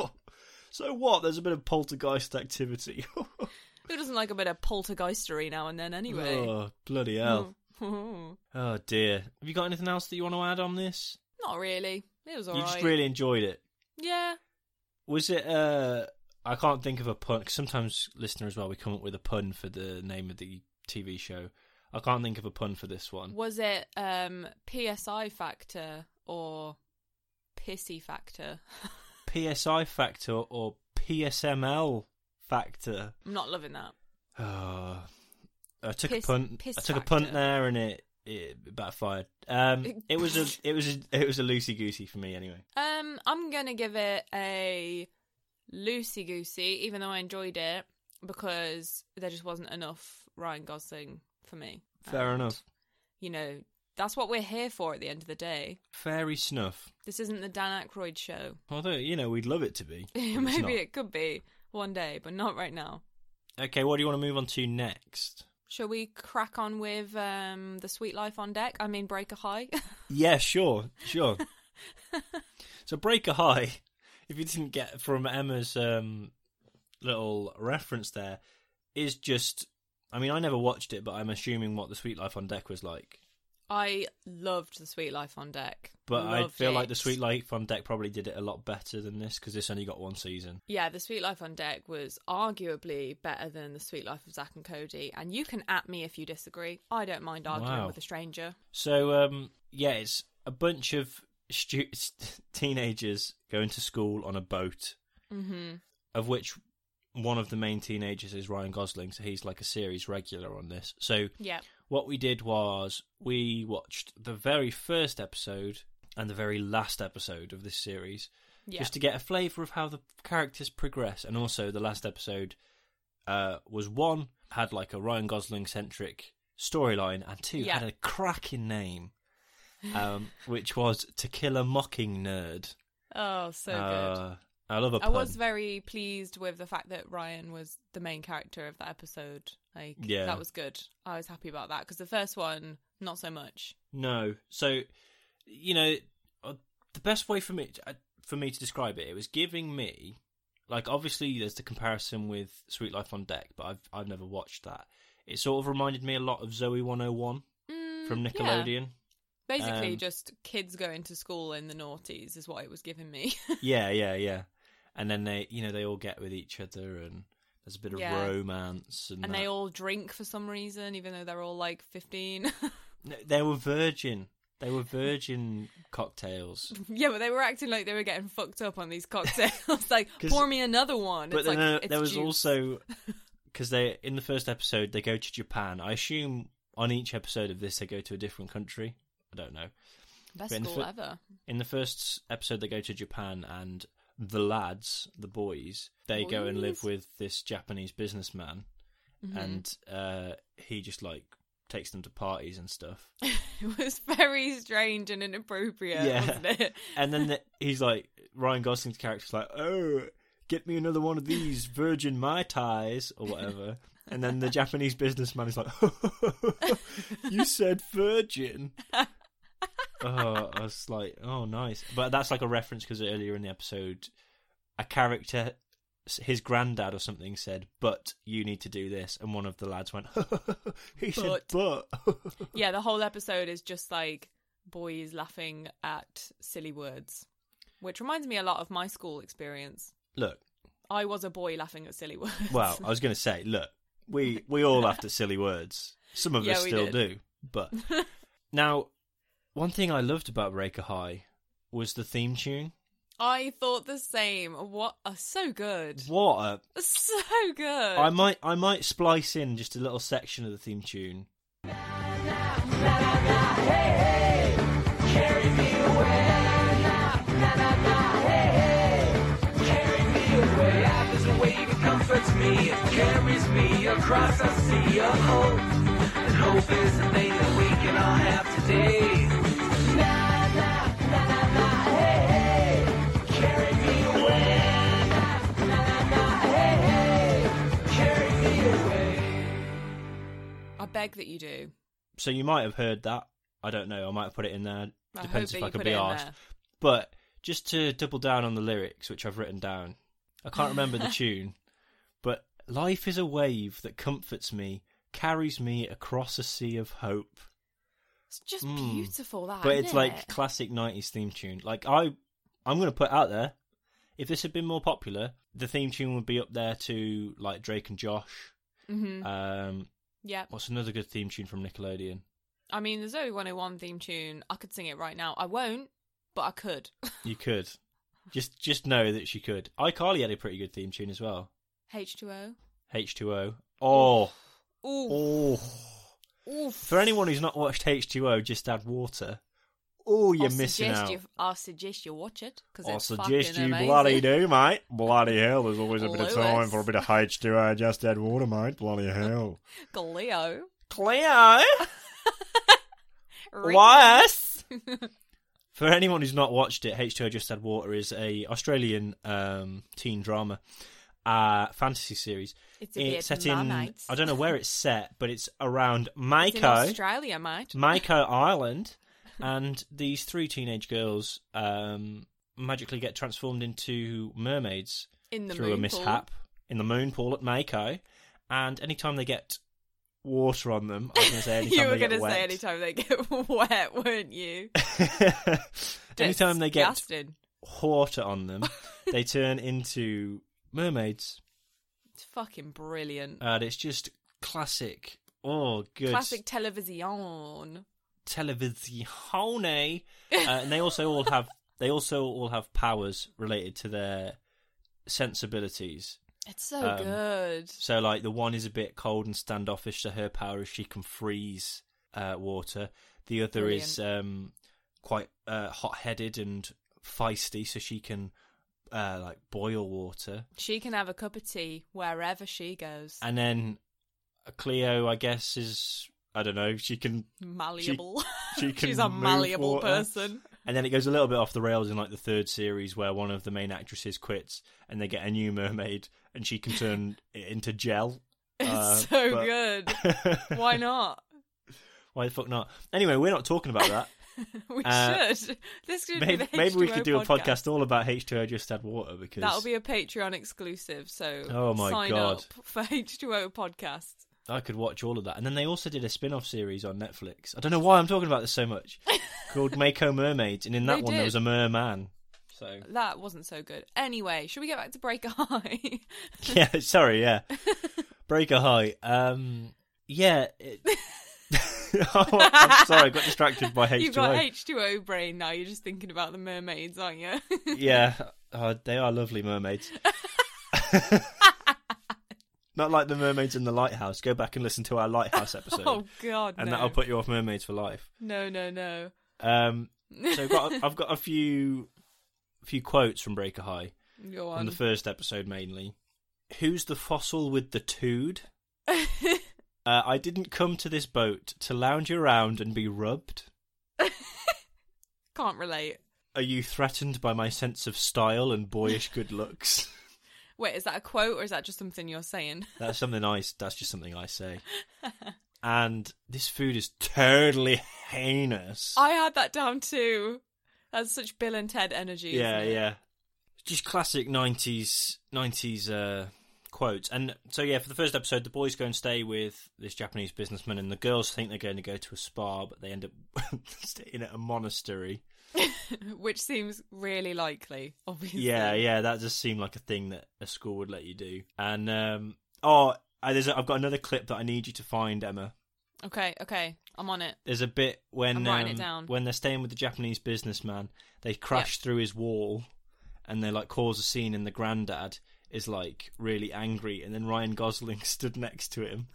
D: so what? There's a bit of poltergeist activity.
E: Who doesn't like a bit of poltergeistery now and then, anyway? Hmm.
D: oh, bloody hell. Oh dear. Have you got anything else that you want to add on this?
E: Not really. It was
D: you
E: alright.
D: just really enjoyed it.
E: Yeah.
D: Was it uh I can't think of a pun 'cause sometimes listener as well we come up with a pun for the name of the TV show. I can't think of a pun for this one.
E: Was it um PSI factor or pissy factor?
D: PSI factor or PSML factor?
E: I'm not loving that.
D: Uh, I took
E: Piss-
D: a punt.
E: piss
D: I took a punt
E: factor.
D: there, and it, it backfired. Um, it was a it was a, it was a loosey goosey for me anyway.
E: Um, I'm gonna give it a loosey goosey, even though I enjoyed it because there just wasn't enough Ryan Gosling for me.
D: Fair
E: And,
D: enough.
E: You know, that's what we're here for at the end of the day.
D: Fairy snuff.
E: This isn't the Dan Aykroyd show.
D: Although you know we'd love it to be. but it's not.
E: Maybe it could be one day, but not right now.
D: Okay, what do you want to move on to next?
E: Shall we crack on with um, the sweet life on deck? I mean, break a high.
D: Yeah, sure, sure. so break a high. If you didn't get from Emma's um, little reference, there is just. I mean, I never watched it, but I'm assuming what the Sweet Life on Deck was like.
E: I loved the sweet life on deck,
D: But I
E: Loved
D: feel like the
E: it.
D: Sweet Life on Deck probably did it a lot better than this because this only got one season.
E: Yeah, The Sweet Life on Deck was arguably better than The Sweet Life of Zach and Cody. And you can at me if you disagree. I don't mind arguing
D: Wow.
E: with a stranger.
D: So um, yeah, it's a bunch of stu- teenagers going to school on a boat, mm-hmm. of which one of the main teenagers is Ryan Gosling, so he's like a series regular on this. So
E: Yeah.
D: what we did was we watched the very first episode and the very last episode of this series
E: Yeah.
D: just to get a flavour of how the characters progress. And also, the last episode uh, was one had like a Ryan Gosling centric storyline, and two
E: Yeah.
D: had a cracking name, um, which was To Kill a Mocking Nerd.
E: oh, so good.
D: Uh, I love a
E: I
D: pun.
E: was very pleased with the fact that Ryan was the main character of that episode. Like,
D: Yeah.
E: that was good. I was happy about that because the first one, not so much.
D: No. So, you know, uh, the best way for me uh, for me to describe it, it was giving me Like obviously, there's the comparison with Sweet Life on Deck, but I've I've never watched that. It sort of reminded me a lot of Zoe 101
E: Mm,
D: from
E: yeah.
D: Nickelodeon.
E: Basically,
D: Um,
E: just kids going to school in the noughties is what it was giving me.
D: Yeah, yeah, yeah. And then they, you know, they all get with each other, and there's a bit of
E: Yeah.
D: romance, and,
E: and
D: that.
E: they all drink for some reason, even though they're all like 15.
D: No, they were virgin. They were virgin cocktails.
E: yeah, but they were acting like they were getting fucked up on these cocktails. like,
D: 'Cause-
E: pour me another one.
D: But
E: it's like,
D: then uh,
E: it's
D: there was
E: juice.
D: also because they in the first episode they go to Japan. I assume on each episode of this they go to a different country. I don't know.
E: Best
D: Ben
E: school
D: Fo-
E: ever.
D: In the first episode they go to Japan and the lads, the boys, they go and live
E: Boys.
D: with this Japanese businessman,
E: Mhm.
D: and uh, he just like takes them to parties and stuff.
E: It was very strange and inappropriate,
D: Yeah.
E: wasn't it?
D: And then the, he's like, Ryan Gosling's character's like, oh, get me another one of these virgin Mai Tais or whatever. And then the Japanese businessman is like, you said virgin. oh, I was like, oh, nice. But that's like a reference because earlier in the episode, a character, his granddad or something, said, but you need to do this. And one of the lads went, he said, but.
E: yeah, the whole episode is just like boys laughing at silly words, which reminds me a lot of my school experience.
D: Look,
E: I was a boy laughing at silly words.
D: Well, I was going to say, look, we we all laughed at silly words. Some of
E: Yeah,
D: us
E: we
D: still
E: did.
D: do, but now, one thing I loved about Breaker High was the theme tune.
E: I thought the same. What? Oh, so good.
D: What
E: So good.
D: a! I might I might splice in just a little section of the theme tune.
B: Life is a wave that comforts me. It carries me across a sea of hope. And hope is the thing that we can all have today. Na, na, na, na, na, hey, hey. Carry me away. Na, na, na, na, hey, hey. Carry me away.
E: I beg that you do.
D: So you might have heard that. I don't know. I might have put it in there.
E: I
D: Depends
E: hope
D: if
E: that
D: I
E: you
D: could
E: put
D: be
E: it in
D: asked.
E: there.
D: But just to double down on the lyrics, which I've written down, I can't remember the tune, but life is a wave that comforts me, carries me across a sea of hope.
E: It's just
D: Mm.
E: beautiful. That,
D: but
E: isn't
D: it's like
E: it?
D: classic '90s theme tune. Like I, I'm gonna put out there, if this had been more popular, the theme tune would be up there to like Drake and Josh.
E: Mhm.
D: Um,
E: yeah.
D: what's another good theme tune from Nickelodeon?
E: I mean, the Zoe 101 theme tune. I could sing it right now. I won't, but I could.
D: You could, just just know that she could. iCarly had a pretty good theme tune as well.
E: H2O.
D: H2O. Oh,
E: Ooh,
D: oh.
E: oof.
D: For anyone who's not watched H2O, just add water. Oh, you're
E: I'll
D: missing
E: suggest
D: out.
E: You, I'll suggest you watch it because
D: I
E: it's
D: suggest
E: fucking
D: you
E: amazing.
D: bloody do, mate. Bloody hell, there's always a bit of time
E: Lewis.
D: for a bit of H2O. Just add water, mate. Bloody hell.
E: Gleo.
D: Cleo, Lewis. For anyone who's not watched it, H2O Just Add Water is a Australian um, teen drama uh, fantasy series.
E: It's a bit
D: It's set in,
E: marmite.
D: I don't know where it's set, but it's around
E: It's in
D: Mako.
E: Australia,
D: Mm,
E: mate.
D: Maiko Island, and these three teenage girls um, magically get transformed into mermaids
E: In the
D: through a
E: moon pool.
D: mishap in the moon pool at Mako. And anytime they get water on them, I was going to say anytime
E: you were
D: they get
E: gonna
D: wet.
E: say anytime they get wet, weren't you?
D: anytime they get
E: Disgusting.
D: water on them, they turn into mermaids,
E: It's fucking brilliant.
D: and it's just classic. Oh, good
E: Classic television.
D: televisione, uh, and they also all have they also all have powers related to their sensibilities.
E: It's so
D: Um,
E: good.
D: So, like the one is a bit cold and standoffish, so her power is she can freeze uh, water. The other is um, quite uh, hot headed and feisty, so she can uh, like boil water.
E: She can have a cup of tea wherever she goes.
D: And then Cleo, I guess, is I don't know. She can
E: malleable.
D: she can
E: She's a
D: move
E: malleable
D: water.
E: person.
D: And then it goes a little bit off the rails in like the third series where one of the main actresses quits and they get a new mermaid and she can turn it into gel.
E: It's
D: Uh,
E: so
D: but-
E: good. Why not?
D: Why the fuck not? Anyway, we're not talking about that.
E: we
D: Uh,
E: should. This could
D: Maybe,
E: be the
D: maybe we could
E: H2O
D: do a podcast all about H2O Just Add Water because
E: That'll be a Patreon exclusive. So
D: Oh my
E: sign
D: God.
E: up for H2O podcasts.
D: I could watch all of that. And then they also did a spin off series on Netflix. I don't know why I'm talking about this so much. called Mako Mermaids. And in that
E: They
D: one, there
E: did.
D: was a merman. So.
E: That wasn't so good. Anyway, should we get back to Breaker High?
D: yeah, sorry, yeah. Breaker High. Um, yeah. It... Oh, I'm sorry, I got distracted by H2O.
E: You've got H2O brain now. You're just thinking about the mermaids, aren't you?
D: yeah, oh, they are lovely mermaids. Not like the mermaids in the lighthouse. Go back and listen to our lighthouse episode,
E: oh God,
D: and
E: no.
D: that'll put you off mermaids for life.
E: no, no, no.
D: Um, so I've got, I've got a few, few quotes from Breaker High
E: Go
D: from
E: on.
D: the first episode mainly. Who's the fossil with the tood? Uh, I didn't come to this boat to lounge around and be rubbed.
E: Can't relate.
D: Are you threatened by my sense of style and boyish good looks?
E: Wait, is that a quote or is that just something you're saying?
D: that's something I. That's just something I say. And this food is totally heinous.
E: I had that down too. That's such Bill and Ted energy.
D: yeah,
E: isn't it?
D: yeah. Just classic nineties nineties uh, quotes. And so yeah, for the first episode, the boys go and stay with this Japanese businessman, and the girls think they're going to go to a spa, but they end up staying at a monastery.
E: Which seems really likely, obviously.
D: Yeah, yeah, that just seemed like a thing that a school would let you do. And um, oh, I, there's a, I've got another clip that I need you to find, Emma.
E: Okay, okay. I'm on it.
D: There's a bit when
E: I'm writing
D: um,
E: it down.
D: when they're staying with the Japanese businessman, they crash through his wall, and they like cause a scene, and the granddad is like really angry, and then Ryan Gosling stood next to him,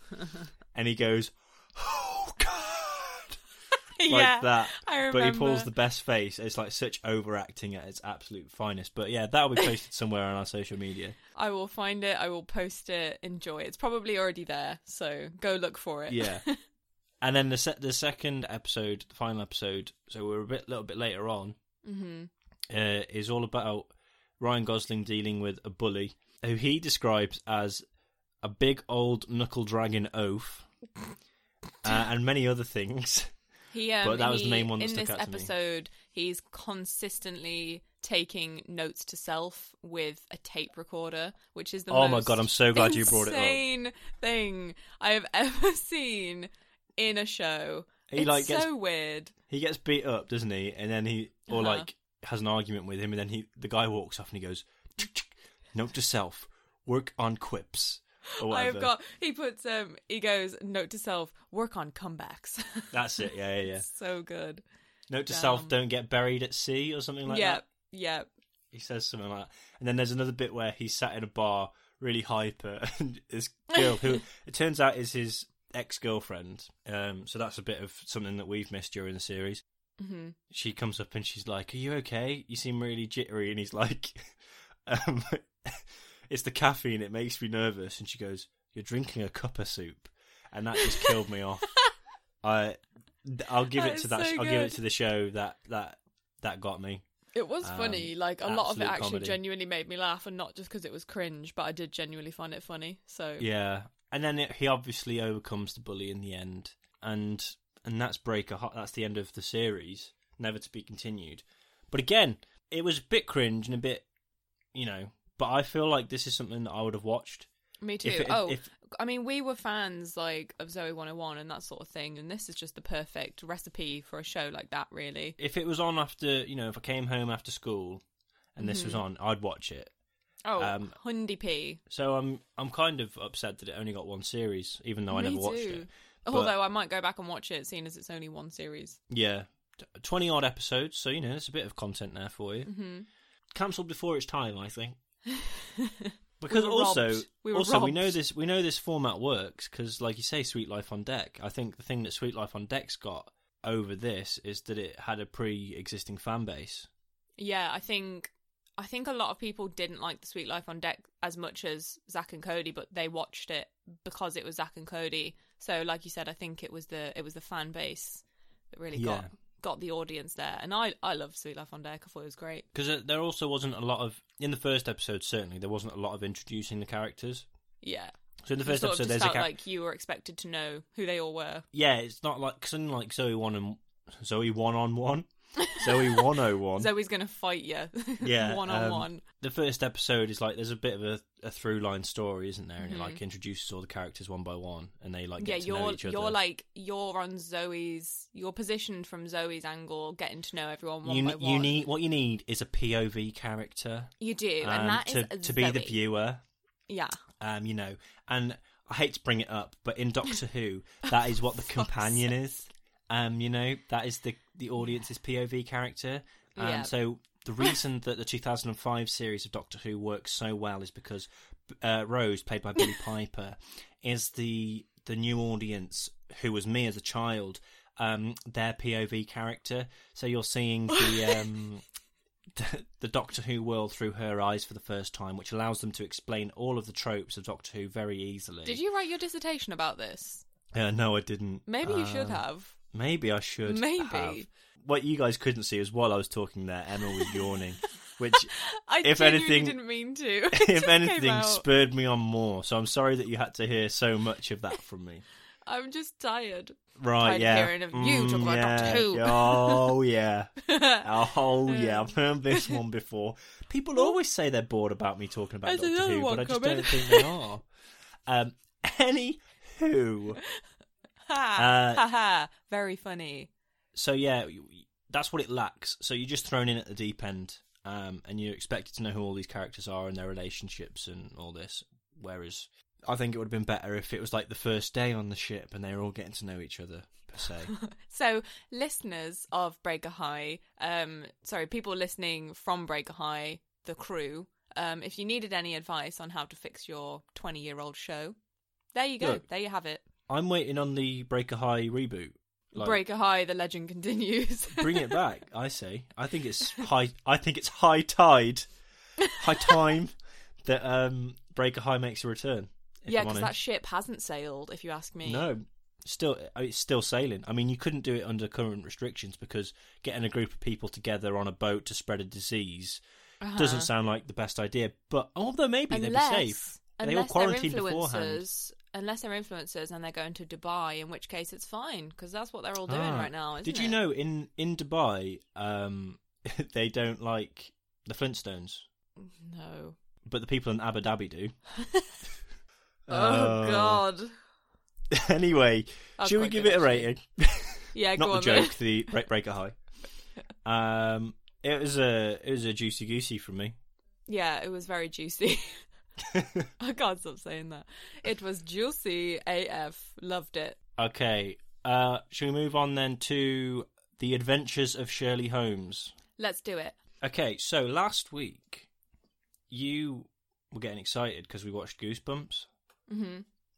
D: and he goes, "Oh God." like
E: yeah.
D: that.
E: I remember.
D: But he pulls the best face. It's like such overacting at its absolute finest. But yeah, that'll be posted somewhere on our social media.
E: I will find it. I will post it. Enjoy. It's probably already there, so go look for it.
D: Yeah. and then the se- the second episode, the final episode, so we're a bit little bit later on, mm-hmm. uh, is all about Ryan Gosling dealing with a bully who he describes as a big old knuckle dragging oaf. Uh, and many other things.
E: He, um,
D: But that was the
E: he-
D: main one that
E: In
D: stuck
E: this
D: out to me.
E: episode, he's consistently taking notes to self with a tape recorder, which is the
D: Oh my
E: most
D: God, I'm so glad you brought it up.
E: Insane thing I have ever seen in a show.
D: He,
E: it's
D: like,
E: so
D: gets-
E: weird.
D: He gets beat up, doesn't he? And then he, or
E: Uh-huh.
D: like, has an argument with him, and then he, the guy walks off and he goes, "Chick, chick, "Note to self: work on quips." Or whatever.
E: I've got. He puts. Um. He goes. Note to self: work on comebacks.
D: That's it. Yeah, yeah, yeah.
E: so good.
D: Note to
E: Damn.
D: self: don't get buried at sea or something like
E: yep.
D: that.
E: Yep.
D: He says something like that. And then there's another bit where he's sat in a bar, really hyper, and this girl who it turns out is his ex-girlfriend. Um, so that's a bit of something that we've missed during the series.
E: Mhm.
D: She comes up and she's like, "Are you okay? You seem really jittery." And he's like, um, "It's the caffeine. It makes me nervous." And she goes, "You're drinking a cup of soup," and that just killed me off. I, I'll give
E: That
D: it
E: is
D: to that.
E: so
D: I'll give it
E: good.
D: to the show that that that got me.
E: It was
D: Um,
E: funny. Like a lot of it
D: absolute
E: actually
D: comedy.
E: genuinely made me laugh, and not just because it was cringe, but I did genuinely find it funny. So
D: Yeah, and then it, he obviously overcomes the bully in the end, and and that's breaker. Hot. That's the end of the series, never to be continued. But again, it was a bit cringe and a bit, you know. But I feel like this is something that I would have watched.
E: me too.
D: it-
E: oh,
D: if-
E: I mean, we were fans like of Zoe 101 and that sort of thing, and this is just the perfect recipe for a show like that, really.
D: If it was on after, you know, if I came home after school and this
E: Mm-hmm.
D: was on, I'd watch it.
E: Oh,
D: Um,
E: Hundy P.
D: So I'm I'm kind of upset that it only got one series, even though I
E: Me
D: never watched
E: too.
D: it. but-
E: Although I might go back and watch it, seeing as it's only one series.
D: Yeah, twenty odd episodes. So you know, there's a bit of content there for you. Mm-hmm. Cancelled before its time, I think. Because
E: were
D: also,
E: robbed. We were
D: also we know
E: robbed.
D: this we know this format works because, like you say, Sweet Life on Deck. I think the thing that Sweet Life on Deck's got over this is that it had a pre-existing fan base.
E: Yeah, I think I think a lot of people didn't like the Sweet Life on Deck as much as Zach and Cody, but they watched it because it was Zach and Cody. So, like you said, I think it was the it was the fan base that really got
D: Yeah.
E: got the audience there. And I I love Sweet Life on Deck. I thought it was great.
D: Because there also wasn't a lot of in the first episode. Certainly, there wasn't a lot of introducing the characters.
E: Yeah,
D: So in the
E: You
D: first
E: sort
D: episode,
E: of
D: there's
E: just
D: a
E: felt
D: character.
E: like you were expected to know who they all were.
D: yeah, it's not like cause unlike Zoe one and Zoe one on one. Zoe one oh one.
E: Zoe's gonna fight you.
D: Yeah,
E: one on
D: um,
E: one.
D: The first episode is like there's a bit of a, a through line story, isn't there? And it like introduces all the characters one by one, and they like
E: Mm-hmm. Yeah,
D: get to know
E: you're
D: each other.
E: you're like you're on Zoe's. You're positioned from Zoe's angle, getting to know everyone one
D: you,
E: by
D: you
E: one.
D: need what you need is a POV character
E: you do,
D: um,
E: and that is
D: to to be the
E: Zoe.
D: viewer.
E: Yeah,
D: Um, you know, and I hate to bring it up, but in Doctor Who, that is what the companion is. Um, you know, that is the the audience's POV character. Um,
E: Yeah.
D: so the reason that the 2005 series of Doctor Who works so well is because uh, Rose, played by Billy Piper, is the the new audience who was me as a child. Um, their POV character. So you're seeing the um, the, the Doctor Who world through her eyes for the first time, which allows them to explain all of the tropes of Doctor Who very easily.
E: did you write your dissertation about this?
D: Uh, no, I didn't.
E: Maybe you should
D: Uh,
E: have.
D: Maybe I should.
E: Maybe.
D: have. What you guys couldn't see is while I was talking there, Emma was yawning, which,
E: I
D: if
E: genuinely
D: anything-
E: didn't mean to. It just
D: if
E: came
D: anything,
E: out.
D: spurred me on more. So I'm sorry that you had to hear so much of that from me.
E: I'm just tired.
D: Right?
E: Tired of
D: yeah.
E: hearing of you talk about
D: yeah.
E: Doctor Who.
D: Oh yeah.
E: Uh,
D: Oh yeah. I've heard this one before. People always say they're bored about me talking about
E: There's
D: Doctor
E: another
D: Who, but
E: one
D: I just
E: coming.
D: don't think they are. Um, any who.
E: Ha
D: Uh,
E: ha ha! Very funny.
D: so yeah, y- y- that's what it lacks. So you're just thrown in at the deep end, um, and you're expected to know who all these characters are and their relationships and all this. Whereas, I think it would have been better if it was like the first day on the ship and they were all getting to know each other per se.
E: So, listeners of Breaker High, um, sorry, people listening from Breaker High, the crew, um, if you needed any advice on how to fix your 20 year old show, there you go.
D: Look.
E: there you have it.
D: I'm waiting on the Breaker High reboot. Like,
E: Breaker High, the legend continues.
D: bring it back. I say. I think it's high. I think it's high tide, high time that um, Breaker High makes a return. if
E: yeah,
D: I'm
E: because
D: honest.
E: that ship hasn't sailed, if you ask me.
D: No, still it's still sailing. I mean, you couldn't do it under current restrictions because getting a group of people together on a boat to spread a disease doesn't sound like the best idea. But although maybe
E: Uh-huh. Unless,
D: they'd be safe.
E: unless
D: They all quarantined
E: they're
D: beforehand.
E: influencers, unless they're influencers and they're going to Dubai, in which case it's fine because that's what they're all doing
D: Ah.
E: right now. Isn't
D: Did you
E: it?
D: know in in Dubai um, they don't like the Flintstones,
E: No.
D: but the people in Abu Dhabi do.
E: oh
D: Uh,
E: God.
D: Um,
E: Oh,
D: Anyway,
E: That's
D: should we
E: quite
D: give
E: good,
D: it a
E: actually.
D: rating?
E: Yeah,
D: not
E: go
D: the
E: on then.
D: joke, the break breaker high. Um, it was a it was a juicy goosey from me.
E: Yeah, it was very juicy. I can't stop saying that. It was juicy AF. Loved it.
D: Okay. Uh, shall we move on then to the adventures of Shirley Holmes?
E: Let's do it.
D: Okay, so last week you were getting excited because we watched Goosebumps,
E: hmm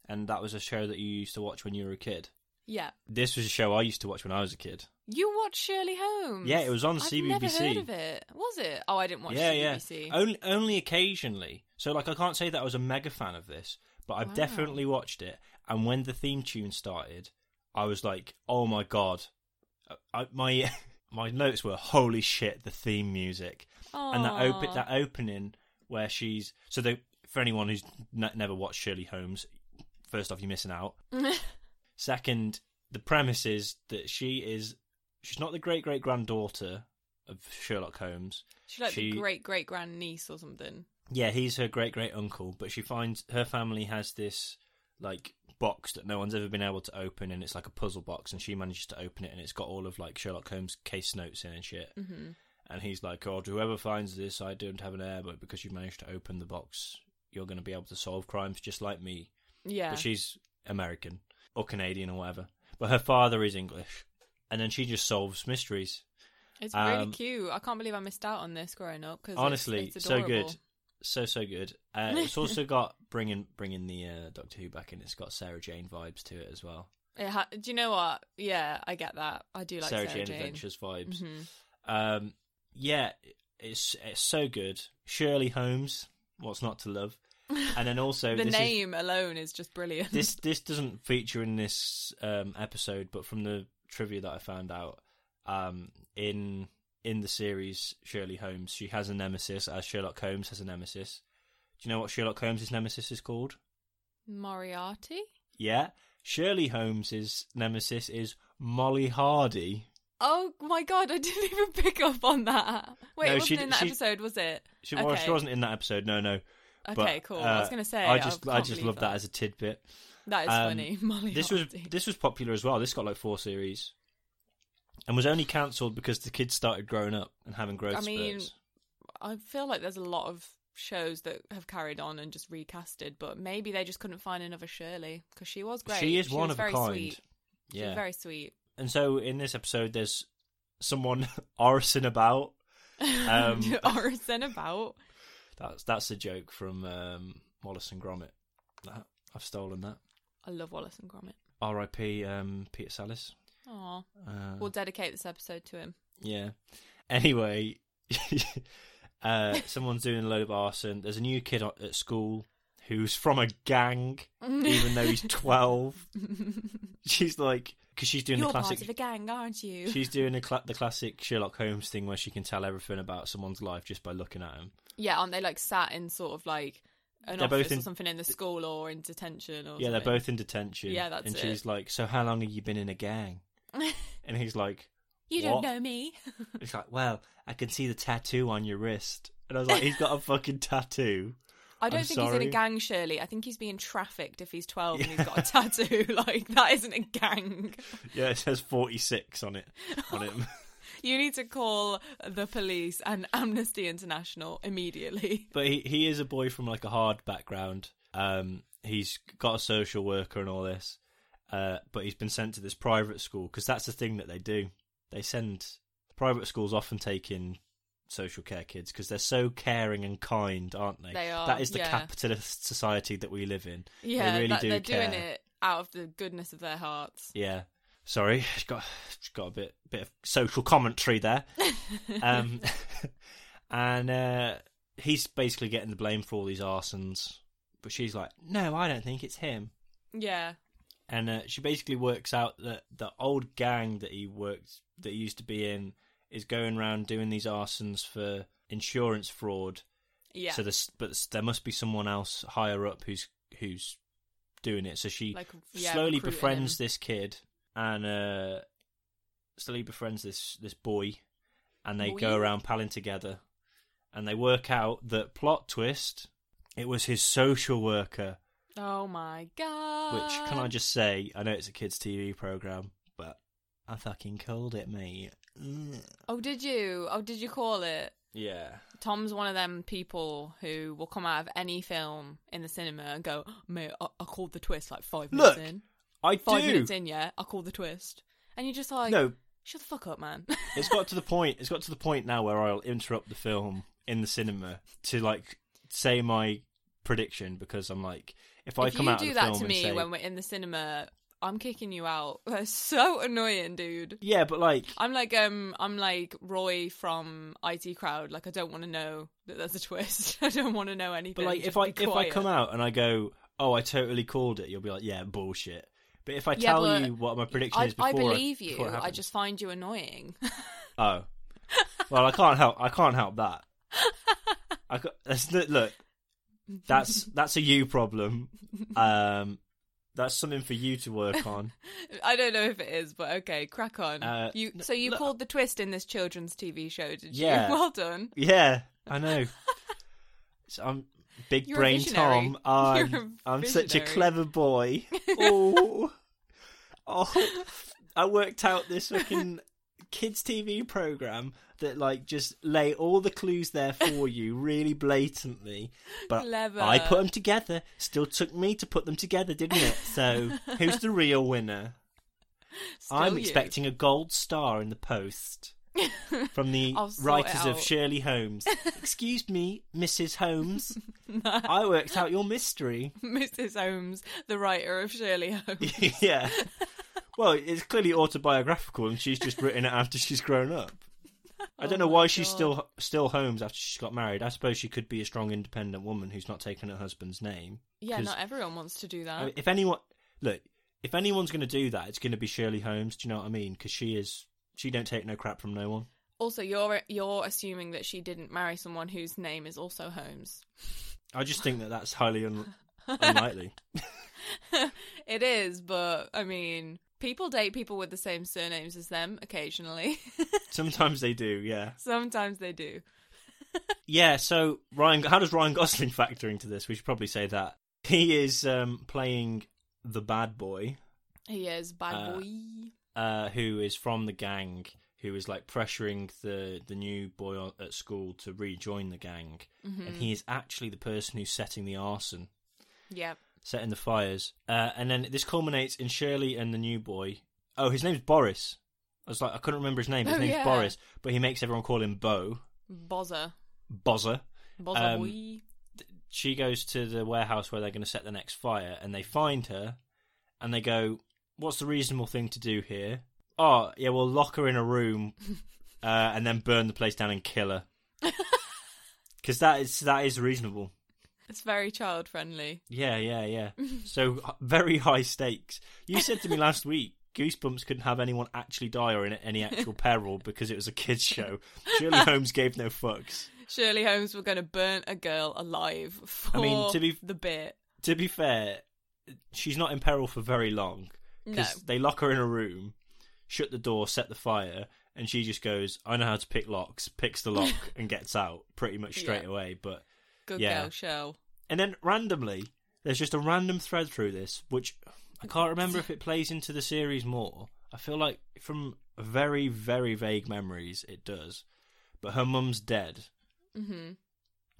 D: and that was a show that you used to watch when you were a kid.
E: Yeah.
D: This was a show I used to watch when I was a kid.
E: You watched Shirley Holmes?
D: Yeah, it was on
E: I've never
D: CBBC.
E: heard of it. Was it? Oh, I didn't watch
D: yeah,
E: CBBC.
D: yeah. Only only occasionally. So like I can't say that I was a mega fan of this, but I've
E: Wow.
D: definitely watched it. And when the theme tune started, I was like, "Oh my god!" Uh, I, my my notes were, "Holy shit!" The theme music Oh, and that open
E: Aw.
D: that opening where she's so the for anyone who's n- never watched Shirley Holmes, first off, you're missing out. Second, the premise is that she is she's not the great great granddaughter of Sherlock Holmes.
E: She's like
D: She-
E: the great great grand niece or something.
D: Yeah, he's her great great uncle, but she finds her family has this like box that no one's ever been able to open, and it's like a puzzle box, and she manages to open it, and it's got all of like Sherlock Holmes case notes in and shit.
E: hmm
D: And he's like, "Oh, to whoever finds this, I don't have an heir, but because you managed to open the box, you're going to be able to solve crimes just like me."
E: Yeah.
D: But she's American or Canadian or whatever, but her father is English, and then she just solves mysteries.
E: It's really
D: um,
E: cute. I can't believe I missed out on this growing up. Cause it's-
D: Honestly,
E: it's
D: so
E: adorable.
D: good, so so good. Uh, it's also got bringing bringing the uh, Doctor Who back in. It's got Sarah Jane vibes to it as well.
E: It ha- do you know what? Yeah, I get that. I do like
D: Sarah,
E: Sarah,
D: Jane,
E: Jane.
D: Adventures vibes.
E: Mhm.
D: Um, yeah, it's it's so good. Shirley Holmes, what's not to love, and then also
E: the
D: this is-
E: name alone is just brilliant.
D: this this doesn't feature in this um, episode, but from the trivia that I found out um, in in the series Shirley Holmes, she has a nemesis, as Sherlock Holmes has a nemesis. Do you know what Sherlock Holmes' nemesis is called?
E: Moriarty?
D: Yeah, Shirley Holmes' nemesis is Molly Hardy.
E: Oh my god, I didn't even pick up on that. Wait,
D: No,
E: it wasn't
D: she-
E: in that
D: she-
E: episode, was it?
D: She, well, she
E: Okay.
D: wasn't in that episode. No, no.
E: Okay,
D: But,
E: cool. I was
D: uh,
E: gonna say,
D: I
E: I
D: just, I
E: can't
D: just
E: believe
D: love that
E: that.
D: as a tidbit.
E: That is
D: Um,
E: funny. Molly
D: This was
E: Hardy.
D: this was popular as well. This got like four series, and was only cancelled because the kids started growing up and having growth
E: I mean,
D: spurts.
E: I feel like there's a lot of shows that have carried on and just recasted, but maybe they just couldn't find another Shirley because she was great.
D: She is one
E: was
D: of
E: very
D: a kind.
E: Sweet. She was
D: Yeah.
E: very sweet.
D: And so in this episode, there's someone arson about. Um,
E: Orison about.
D: That's that's a joke from um, Wallace and Gromit. That I've stolen that.
E: I love Wallace and Gromit.
D: R.I.P. Um, Peter Sallis.
E: Aw.
D: Uh,
E: We'll dedicate this episode to him.
D: Yeah. Anyway, uh, someone's doing a load of arson. There's a new kid o- at school who's from a gang, even though he's 12. she's like, because she's doing
E: You're
D: the
E: part
D: classic.
E: of a gang, aren't you?
D: She's doing the, cla the classic Sherlock Holmes thing where she can tell everything about someone's life just by looking at him.
E: Yeah, aren't they like sat in sort of like an
D: They're both
E: office
D: in-
E: or something in the school or in detention or
D: Yeah, they're
E: something?
D: both in detention.
E: Yeah, that's
D: And
E: it.
D: she's like, So how long have you been in a gang? and he's like,
E: You
D: What?
E: don't know me.
D: It's like, Well, I can see the tattoo on your wrist. And I was like, He's got a fucking tattoo.
E: I don't
D: I'm
E: think he's in
D: sorry.
E: a gang, Shirley. I think he's being trafficked if he's 12 and he's got a tattoo. Like, that isn't a gang.
D: Yeah, it says 46 on it. On him.
E: You need to call the police and Amnesty International immediately.
D: but he, he is a boy from like a hard background. Um, he's got a social worker and all this, uh, but he's been sent to this private school because that's the thing that they do. They send private schools often take in social care kids because they're so caring and kind, aren't they?
E: They are,
D: That is the
E: yeah.
D: capitalist society that we live in.
E: Yeah,
D: they really
E: that,
D: do
E: they're
D: care.
E: doing it out of the goodness of their hearts.
D: Yeah. Sorry, it's got it's got a bit bit of social commentary there. um, and uh, he's basically getting the blame for all these arsons, but she's like, "No, I don't think it's him."
E: Yeah.
D: And uh, she basically works out that the old gang that he worked that he used to be in is going around doing these arsons for insurance fraud.
E: Yeah.
D: So there's but there must be someone else higher up who's who's doing it. So she
E: Like, yeah,
D: slowly
E: recruiting
D: befriends
E: him.
D: this kid and uh slowly befriends this this boy and they go
E: Boy.
D: around palling together and they work out that plot twist it was his social worker
E: Oh my god.
D: which can I just say I know it's a kids TV program but I fucking called it mate Mm.
E: Oh, did you? Oh, did you call it?
D: yeah
E: Tom's one of them people who will come out of any film in the cinema and go, mate, I, I called the twist like five minutes
D: Look,
E: in.
D: I
E: Five
D: do
E: minutes in, yeah, I called the twist. And you're just like,
D: no
E: shut the fuck up, man.
D: it's got to the point it's got to the point now where I'll interrupt the film in the cinema to like say my prediction because I'm like if I
E: if
D: come
E: you
D: out
E: do
D: of the
E: that
D: film
E: to
D: and
E: me
D: say,
E: when we're in the cinema, I'm kicking you out. That's so annoying, dude.
D: yeah but like
E: I'm like um I'm like Roy from IT Crowd. Like I don't want to know that there's a twist. I don't want to know anything.
D: but like if
E: Just
D: I
E: be
D: if I
E: quiet.
D: come out and I go oh I totally called it you'll be like yeah bullshit but if I
E: Yeah,
D: tell
E: but
D: you what my prediction
E: I,
D: is before
E: I believe you.
D: before it
E: I
D: happens-
E: just find you annoying.
D: oh well I can't help I can't help that I ca- that's look- look that's that's a you problem um that's something for you to work on
E: I don't know if it is, but okay, crack on.
D: Uh,
E: you
D: n-
E: so you
D: look-
E: called the twist in this children's TV show, did you?
D: Yeah.
E: Well done.
D: Yeah, I know. so I'm big
E: You're a
D: brain
E: visionary.
D: Tom. I'm,
E: You're a
D: I'm such a
E: visionary.
D: clever boy. oh, oh, I worked out this fucking kids TV program that like just lay all the clues there for you really blatantly, but
E: Clever.
D: I put them together. Still took me to put them together, didn't it? So who's the real winner?
E: Still
D: I'm
E: you.
D: expecting a gold star in the post from the
E: I'll sort
D: writers
E: it
D: of
E: out.
D: Shirley Holmes. Excuse me, Mrs. Holmes. I worked out your mystery.
E: Mrs. Holmes, the writer of Shirley Holmes.
D: yeah. Well, it's clearly autobiographical, and she's just written it after she's grown up. I don't
E: Oh
D: know
E: my
D: why she's
E: God.
D: still still Holmes after she got married. I suppose she could be a strong, independent woman who's not taking her husband's name.
E: Yeah,
D: 'Cause,
E: not everyone wants to do that.
D: I mean, if anyone look, if anyone's going to do that, it's going to be Shirley Holmes. Do you know what I mean? Because she is she don't take no crap from no one.
E: Also, you're you're assuming that she didn't marry someone whose name is also Holmes.
D: I just think that that's highly un- unlikely.
E: It is, but I mean, People date people with the same surnames as them occasionally.
D: Sometimes they do, yeah.
E: Sometimes they do.
D: Yeah, so Ryan, how does Ryan Gosling factor into this? We should probably say that he is um, playing the bad boy,
E: He is bad
D: Uh,
E: boy.
D: uh, who is from the gang, who is like pressuring the the new boy o- at school to rejoin the gang, and he is actually the person who's setting the arson,
E: Yep.
D: setting the fires, uh, and then this culminates in Shirley and the new boy. Oh, his name's Boris. I was like, I couldn't remember his name. His
E: Oh,
D: name's
E: yeah.
D: Boris, but he makes everyone call him Bo
E: Bozza.
D: Bozzer.
E: Bozza
D: Um,
E: boy.
D: she goes to the warehouse where they're going to set the next fire and they find her and they go what's the reasonable thing to do here oh yeah we'll lock her in a room uh, and then burn the place down and kill her because that is that is reasonable
E: It's very child friendly.
D: yeah yeah yeah so h- very high stakes you said to me last week goosebumps couldn't have anyone actually die or in any actual peril because it was a kids show shirley holmes gave no fucks
E: Shirley Holmes were going to burn a girl alive for
D: I mean, to be-
E: the bit.
D: to be fair, she's not in peril for very long because they lock her in a room, shut the door, set the fire, and she just goes, "I know how to pick locks," picks the lock, and gets out pretty much straight
E: Yeah.
D: away. But
E: Good
D: yeah.
E: girl show.
D: and then randomly, there's just a random thread through this, which I can't remember if it plays into the series more. I feel like from very very vague memories, it does. But her mum's dead,
E: hmm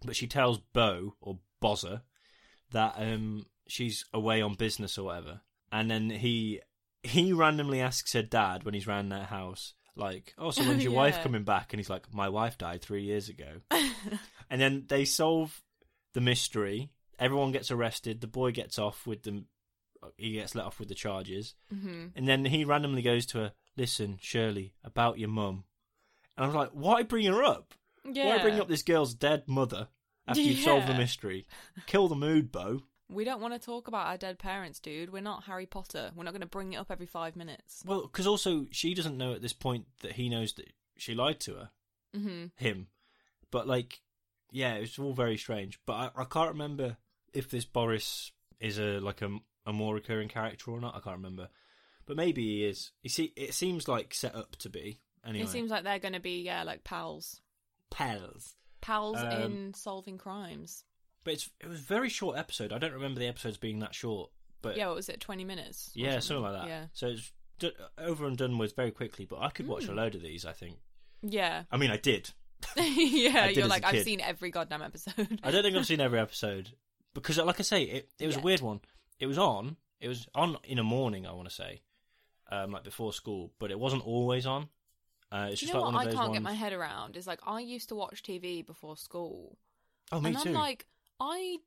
D: but she tells Bo or Bozza that um she's away on business or whatever, and then he he randomly asks her dad when he's round their house, like, "Oh, so when's your wife
E: Yeah.
D: coming back?" And he's like, "My wife died three years ago," and then they solve the mystery. Everyone gets arrested. The boy gets off with the he gets let off with the charges,
E: hmm
D: and then he randomly goes to her, "Listen, Shirley, about your mum," and I was like, "Why bring her up?"
E: Yeah.
D: Why bring up this girl's dead mother after you've solved the
E: Yeah.
D: mystery? Kill the mood, Bo.
E: We don't want to talk about our dead parents, dude. We're not Harry Potter. We're not going to bring it up every five minutes.
D: Well, because also she doesn't know at this point that he knows that she lied to her,
E: hmm
D: him. But like, yeah, it's all very strange. But I, I can't remember if this Boris is a like a, a more recurring character or not. I can't remember, but maybe he is. You see, it seems like set up to be anyway.
E: It seems like they're going to be, yeah, like pals.
D: pals.
E: Pals
D: Um,
E: in solving crimes.
D: But it's it was a very short episode. I don't remember the episodes being that short. But
E: yeah, what was it, 20 minutes? or
D: Yeah, something like that.
E: Yeah.
D: So it's d- over and done with very quickly, but I could watch
E: Hmm.
D: a load of these, I think.
E: Yeah.
D: I mean, I did. I
E: yeah,
D: did
E: you're
D: as a
E: like,
D: kid.
E: I've seen every goddamn episode.
D: I don't think I've seen every episode because, like I say, it, it was a
E: Yeah.
D: weird one. It was on. It was on in the morning, I want to say, um, like before school, but it wasn't always on. Uh, it's
E: Do
D: just
E: you know
D: like
E: what
D: one
E: I
D: of those
E: can't
D: ones.
E: get my head around? Is like, I used to watch TV before school.
D: oh, me
E: and
D: too.
E: I'm like, I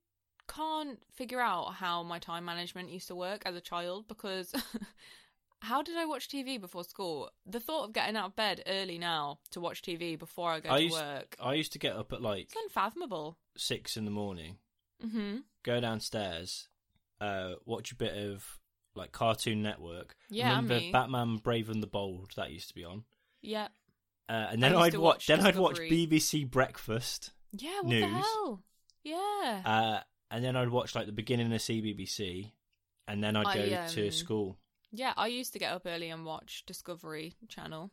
E: can't figure out how my time management used to work as a child because how did I watch TV before school? The thought of getting out of bed early now to watch TV before I go
D: I
E: to
D: used
E: work,
D: I used to get up at like
E: it's unfathomable.
D: six in the morning,
E: hmm
D: go downstairs, uh, watch a bit of like Cartoon Network.
E: Yeah,
D: remember
E: me.
D: Batman: Brave and the Bold that used to be on.
E: Yeah.
D: Uh, and then
E: I used
D: I'd
E: to
D: watch.
E: watch
D: Then I'd watch
E: Discovery.
D: BBC Breakfast,
E: Yeah, what
D: News.
E: the hell? Yeah.
D: uh, and then I'd watch like the beginning of CBBC, and then I'd
E: I,
D: go to
E: um,
D: school.
E: yeah, I used to get up early and watch Discovery Channel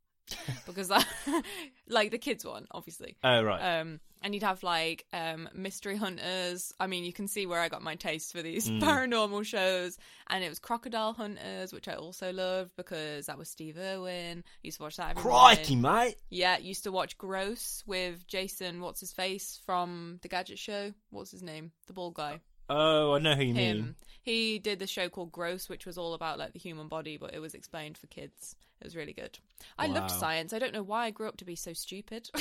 E: because I like the kids one, obviously.
D: Oh right,
E: um and you'd have like um mystery hunters i mean you can see where i got my taste for these
D: Mm.
E: paranormal shows and it was crocodile hunters which i also loved because that was steve irwin used to watch that every
D: crikey,
E: morning.
D: mate!
E: oh, yeah used to watch gross with jason what's his face from the gadget show what's his name the bald guy
D: Oh, I know who you mean.
E: him he did the show called gross which was all about like the human body but it was explained for kids it was really good i loved
D: Wow.
E: science i don't know why i grew up to be so stupid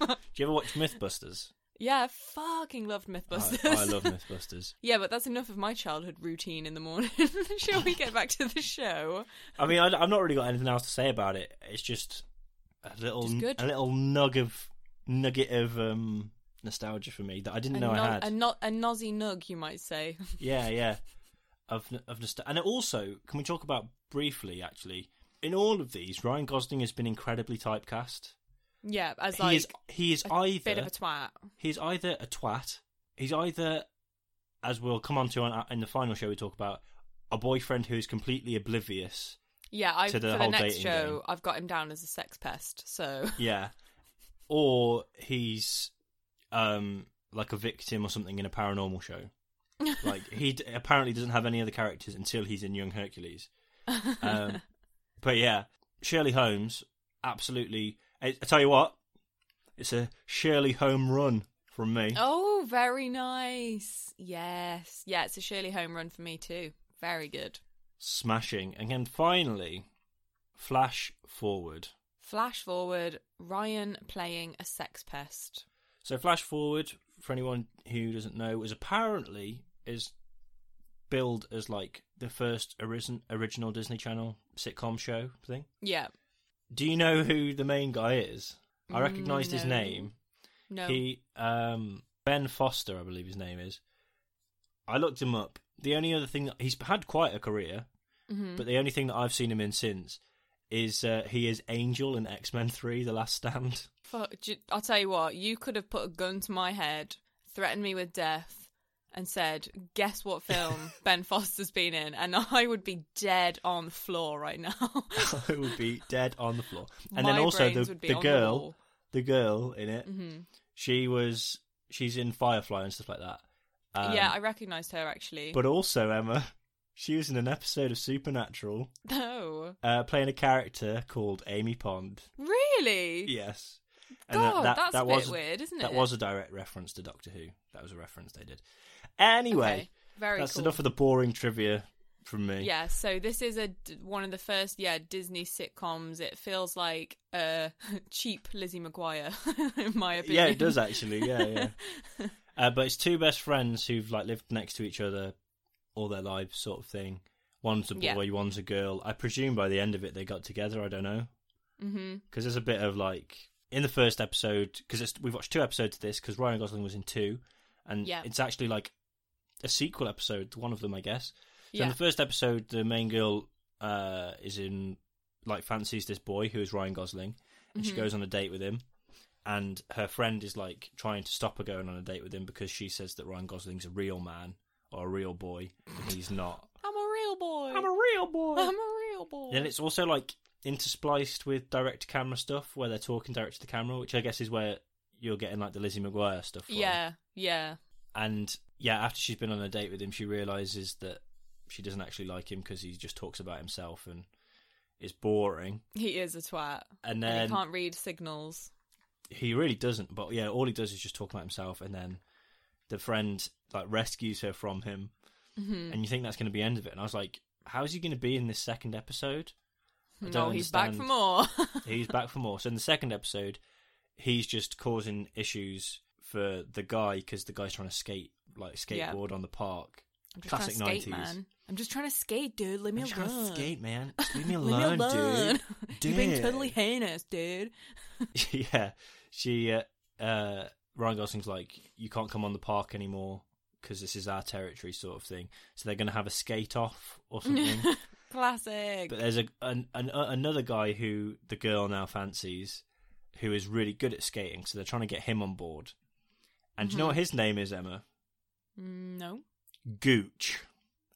D: Do you ever watch MythBusters?
E: Yeah, I fucking loved
D: I,
E: Mythbusters.
D: I love MythBusters.
E: yeah, but that's enough of my childhood routine in the morning. Shall we get back to the show?
D: I mean, I, I've not really got anything else to say about it. It's just a little,
E: Just good.
D: a little nug of nugget of um, nostalgia for me that I didn't know
E: a,
D: I
E: no-
D: had.
E: a, no- a nozzy nug, you might say.
D: Yeah, yeah. Of of nostalgia. And also, can we talk about briefly actually? In all of these, Ryan Gosling has been incredibly typecast.
E: yeah, as
D: He
E: like
D: is he is
E: a bit of
D: either
E: a twat.
D: he is either a twat. He's either, as we'll come on to on, in the final show we talk about, a boyfriend who is completely oblivious.
E: Yeah, I
D: To the
E: for the
D: whole
E: next
D: dating
E: show,
D: game.
E: I've got him down as a sex pest. So
D: Yeah. or he's um like a victim or something in a paranormal show. like he d- apparently doesn't have any other characters until he's in Young Hercules. Um, but yeah, Shirley Holmes absolutely I, I tell you what. It's a Shirley home run from me.
E: oh, very nice. Yes, yeah, it's a Shirley home run for me too. Very good.
D: Smashing. And then finally, flash forward.
E: Flash forward, Ryan playing a sex pest.
D: So flash forward for anyone who doesn't know is apparently is billed as like the first orison- original Disney Channel sitcom show thing.
E: Yeah,
D: Do you know who the main guy is? I
E: Mm,
D: recognised his
E: no.
D: name.
E: no,
D: He um Ben Foster, I believe his name is. I looked him up. The only other thing that he's had quite a career,
E: Mm-hmm.
D: but the only thing that I've seen him in since is uh, he is Angel in X Men Three: The Last Stand.
E: Fuck, j- I'll tell you what, you could have put a gun to my head, threatened me with death, and said, Guess what film Ben Foster's been in? And I would be dead on the floor right now.
D: Who would be dead on the floor? And
E: My
D: then also
E: brains
D: the
E: would be
D: the
E: on
D: girl,
E: wall. Mm-hmm.
D: the, girl in it. She was she's in Firefly and stuff like that. Um,
E: yeah, I recognised her actually.
D: but also Emma, she was in an episode of Supernatural,
E: no.
D: uh, playing a character called Amy Pond.
E: Really?
D: Yes.
E: God, that's a bit weird, isn't
D: That
E: it?
D: was a direct reference to Doctor Who. That was a reference they did. Anyway,
E: Okay, Very
D: that's
E: cool.
D: enough of the boring trivia from me.
E: Yeah, so this is a d- one of the first yeah Disney sitcoms. It feels like uh, cheap Lizzie McGuire, in my opinion.
D: Yeah, it does actually. Yeah, yeah. uh, but it's two best friends who've like lived next to each other all their lives, sort of thing. One's a boy,
E: Yeah.
D: one's a girl. I presume by the end of it they got together. I don't know
E: hmm
D: because there's a bit of like in the first episode because we've watched two episodes of this because Ryan Gosling was in two, and
E: Yeah.
D: it's actually like a sequel episode. to One of them, I guess. So in
E: Yeah.
D: the first episode, the main girl uh, is in like fancies this boy who is Ryan Gosling, and
E: Mm-hmm.
D: she goes on a date with him. And her friend is like trying to stop her going on a date with him because she says that Ryan Gosling's a real man or a real boy, and he's not.
E: I'm a real boy.
D: I'm a real boy.
E: I'm a real boy.
D: Then it's also like interspliced with direct to camera stuff where they're talking direct to the camera, which I guess is where you're getting like the Lizzie McGuire stuff. From.
E: yeah, yeah,
D: And yeah, after she's been on a date with him, she realizes that she doesn't actually like him because he just talks about himself and is boring.
E: he is a twat,
D: And
E: and
D: then
E: he can't read signals.
D: he really doesn't. But yeah, all he does is just talk about himself. And then the friend like rescues her from him,
E: Mm-hmm.
D: and you think that's going to be the end of it. And I was like, how's he going to be in this second episode? I
E: No, he's back for more.
D: he's back for more. So in the second episode, he's just causing issues for the guy because the guy's trying to skate, like
E: Yeah.
D: skateboard on the park.
E: I'm just
D: Classic
E: trying to skate,
D: 90s.
E: man. I'm just trying to skate, dude. Leave me
D: I'm
E: alone.
D: trying to skate, man. Just leave me
E: Leave me
D: alone,
E: alone.
D: dude.
E: You're being
D: Dude.
E: totally heinous, dude.
D: yeah. She, uh, uh, Ryan Gosling's like, you can't come on the park anymore because this is our territory, sort of thing. So they're going to have a skate off or something.
E: Classic.
D: But there's a an, an, uh, another guy who the girl now fancies, who is really good at skating. So they're trying to get him on board. And
E: Mm-hmm.
D: do you know what his name is, Emma?
E: Mm, no.
D: Gooch.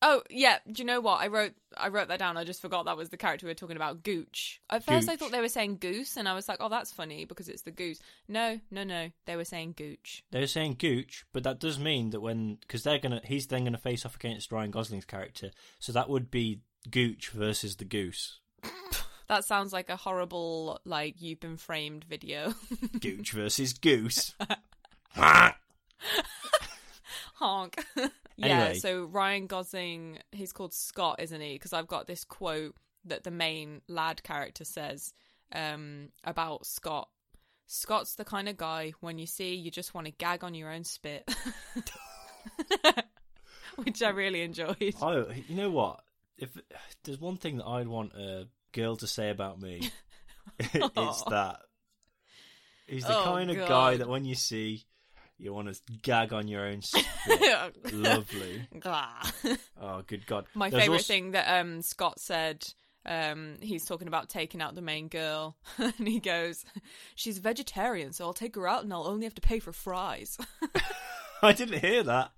E: Oh yeah, do you know what I wrote? I wrote that down. I just forgot that was the character we were talking about, Gooch. At first, I
D: Gooch.
E: thought they were saying goose, and I was like, "Oh, that's funny because it's the goose." No, no, no, they were saying Gooch.
D: They're saying Gooch, but that does mean that when because they're gonna he's then gonna face off against Ryan Gosling's character. So that would be Gooch versus the Goose.
E: That sounds like a horrible, like you've been framed video.
D: Gooch versus Goose.
E: Honk. yeah.
D: Anyway.
E: So Ryan Gosling, he's called Scott, isn't he? Because I've got this quote that the main lad character says um, about Scott. Scott's the kind of guy when you see you just want to gag on your own spit, which I really enjoyed.
D: oh, you know what? If there's one thing that I'd want a girl to say about me, it's that he's the
E: Oh,
D: kind of
E: God.
D: guy that when you see, you want to gag on your own spit. Lovely.
E: Gah.
D: Oh, good God.
E: My
D: There's
E: favorite
D: also-
E: thing that um, Scott said. Um, he's talking about taking out the main girl, and he goes, "She's a vegetarian, so I'll take her out, and I'll only have to pay for fries."
D: I didn't hear that.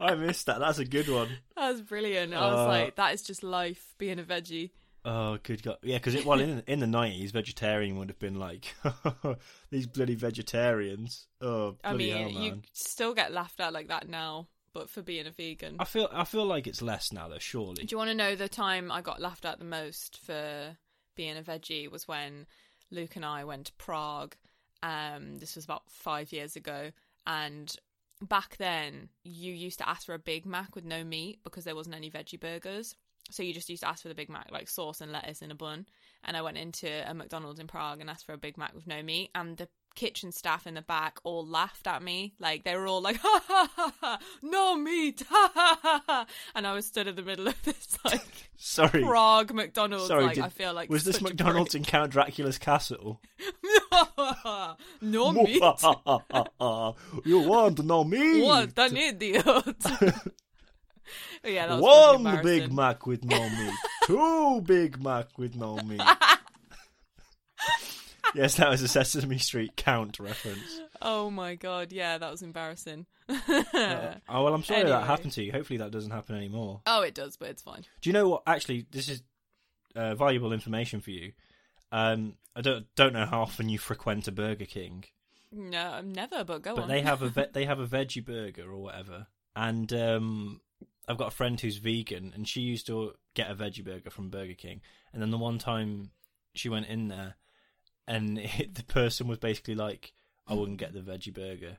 D: I missed that. That's a good one.
E: That was brilliant. I was
D: Uh,
E: like, that is just life being a veggie.
D: Oh, good God. Yeah, because well, in in the nineties, vegetarian would have been like these bloody vegetarians. Oh, bloody
E: I
D: hell,
E: mean,
D: man.
E: you still get laughed at like that now, but for being a vegan.
D: I feel I feel like it's less now, though. Surely.
E: Do you want to know the time I got laughed at the most for being a veggie was when Luke and I went to Prague. Um, this was about five years ago, and back then you used to ask for a Big Mac with no meat because there wasn't any veggie burgers. So you just used to ask for the Big Mac, like sauce and lettuce in a bun. And I went into a McDonald's in Prague and asked for a Big Mac with no meat, and the kitchen staff in the back all laughed at me like they were all like ha ha ha, ha no meat ha ha ha, ha and i was stood in the middle of this like
D: Sorry.
E: Prague McDonald's.
D: Sorry,
E: like
D: did-
E: I feel like
D: was this
E: such a
D: McDonald's in Count Dracula's castle?
E: prick. no meat.
D: you want no meat?
E: What an idiot! yeah, that was
D: One
E: fucking
D: Big
E: embarrassing.
D: Mac with no meat. Two Big Mac with no meat. yes, that was a Sesame Street count reference.
E: Oh my god, yeah, that was embarrassing.
D: oh well, I'm sorry
E: Anyway.
D: that happened to you. Hopefully that doesn't happen anymore.
E: oh, it does, but it's fine.
D: Do you know what? Actually, this is uh, valuable information for you. Um, I don't don't know how often you frequent a Burger King,
E: No, I'm never. But go
D: but
E: on.
D: they have a ve- they have a veggie burger or whatever. And um, I've got a friend who's vegan, and she used to get a veggie burger from Burger King. And then the one time she went in there, and it, the person was basically like, "I wouldn't get the veggie burger,"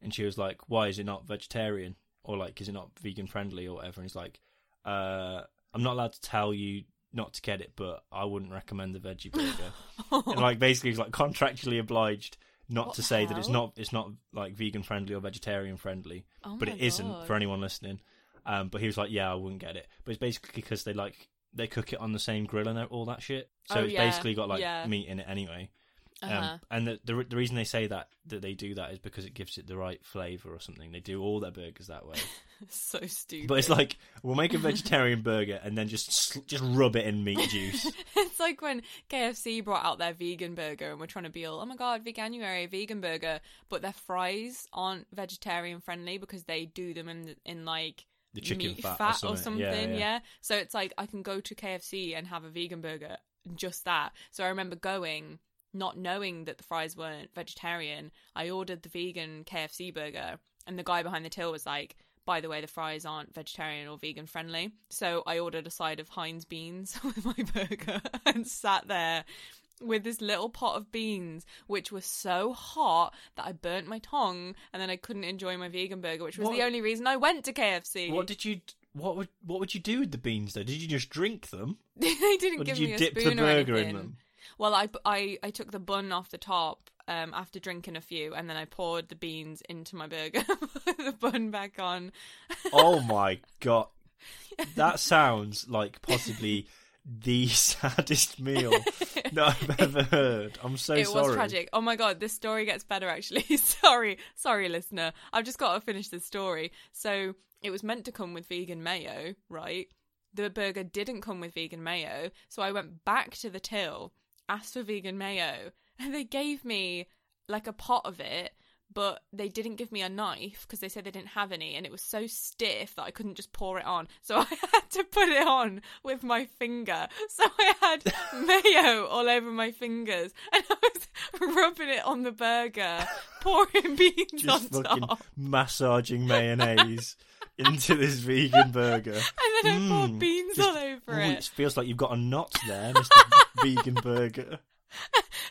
D: and she was like, "Why is it not vegetarian?" Or like, "Is it not vegan friendly?" Or whatever. And he's like, uh, "I'm not allowed to tell you." Not to get it, but I wouldn't recommend the veggie burger.
E: Oh
D: and like basically, he's like contractually obliged not
E: What
D: to
E: the
D: say that it's
E: hell?
D: not not- it's not like vegan friendly or vegetarian friendly,
E: Oh
D: but
E: my
D: it not
E: God.
D: for anyone listening. Um, but he was like, "Yeah, I wouldn't get it." But it's basically because they like they cook it on the same grill and all that shit, so
E: Oh,
D: it's
E: yeah,
D: basically got like
E: yeah.
D: meat in it anyway.
E: Uh-huh.
D: Um, and the, the re- the reason they say that that they do that is because it gives it the right flavor or something. They do all their burgers that way,
E: so stupid.
D: but it's like we'll make a vegetarian burger and then just sl- just rub it in meat juice.
E: It's like when KFC brought out their vegan burger and we're trying to be all, oh my god, veganuary, vegan burger, but their fries aren't vegetarian friendly because they do them in in like
D: The chicken
E: meat
D: fat or
E: or
D: something. Yeah, yeah.
E: So it's like I can go to KFC and have a vegan burger, just that. So I remember going not knowing that the fries weren't vegetarian. I ordered the vegan KFC burger and the guy behind the till was like by the way, the fries aren't vegetarian or vegan friendly. So I ordered a side of Heinz beans with my burger and sat there with this little pot of beans, which were so hot that I burnt my tongue and then I couldn't enjoy my vegan burger, which was
D: What-
E: the only reason I went to KFC.
D: what did you? What would what would you do with the beans though? Did you just drink them,
E: they didn't
D: or
E: give
D: did you
E: me a
D: dip the
E: spoon or
D: burger
E: anything.
D: in them?
E: Well, I, I I took the bun off the top um, after drinking a few, and then I poured the beans into my burger, put the bun back on.
D: Oh my god. That sounds like possibly the saddest meal that I've ever heard. I'm so
E: it
D: sorry.
E: was tragic. Oh my god, this story gets better actually. sorry, sorry, listener. I've just got to finish the story. So it was meant to come with vegan mayo, right? The burger didn't come with vegan mayo, so I went back to the till, asked for vegan mayo, and they gave me like a pot of it. But they didn't give me a knife because they said they didn't have any, and it was so stiff that I couldn't just pour it on. So I had to put it on with my finger. So I had mayo all over my fingers, and I was rubbing it on the burger, pouring beans
D: Just
E: on
D: fucking
E: top.
D: massaging mayonnaise into this vegan burger.
E: And then I poured
D: Mm,
E: beans
D: just-
E: all over
D: Ooh,
E: it.
D: it feels like you've got a knot there, Mr. vegan burger.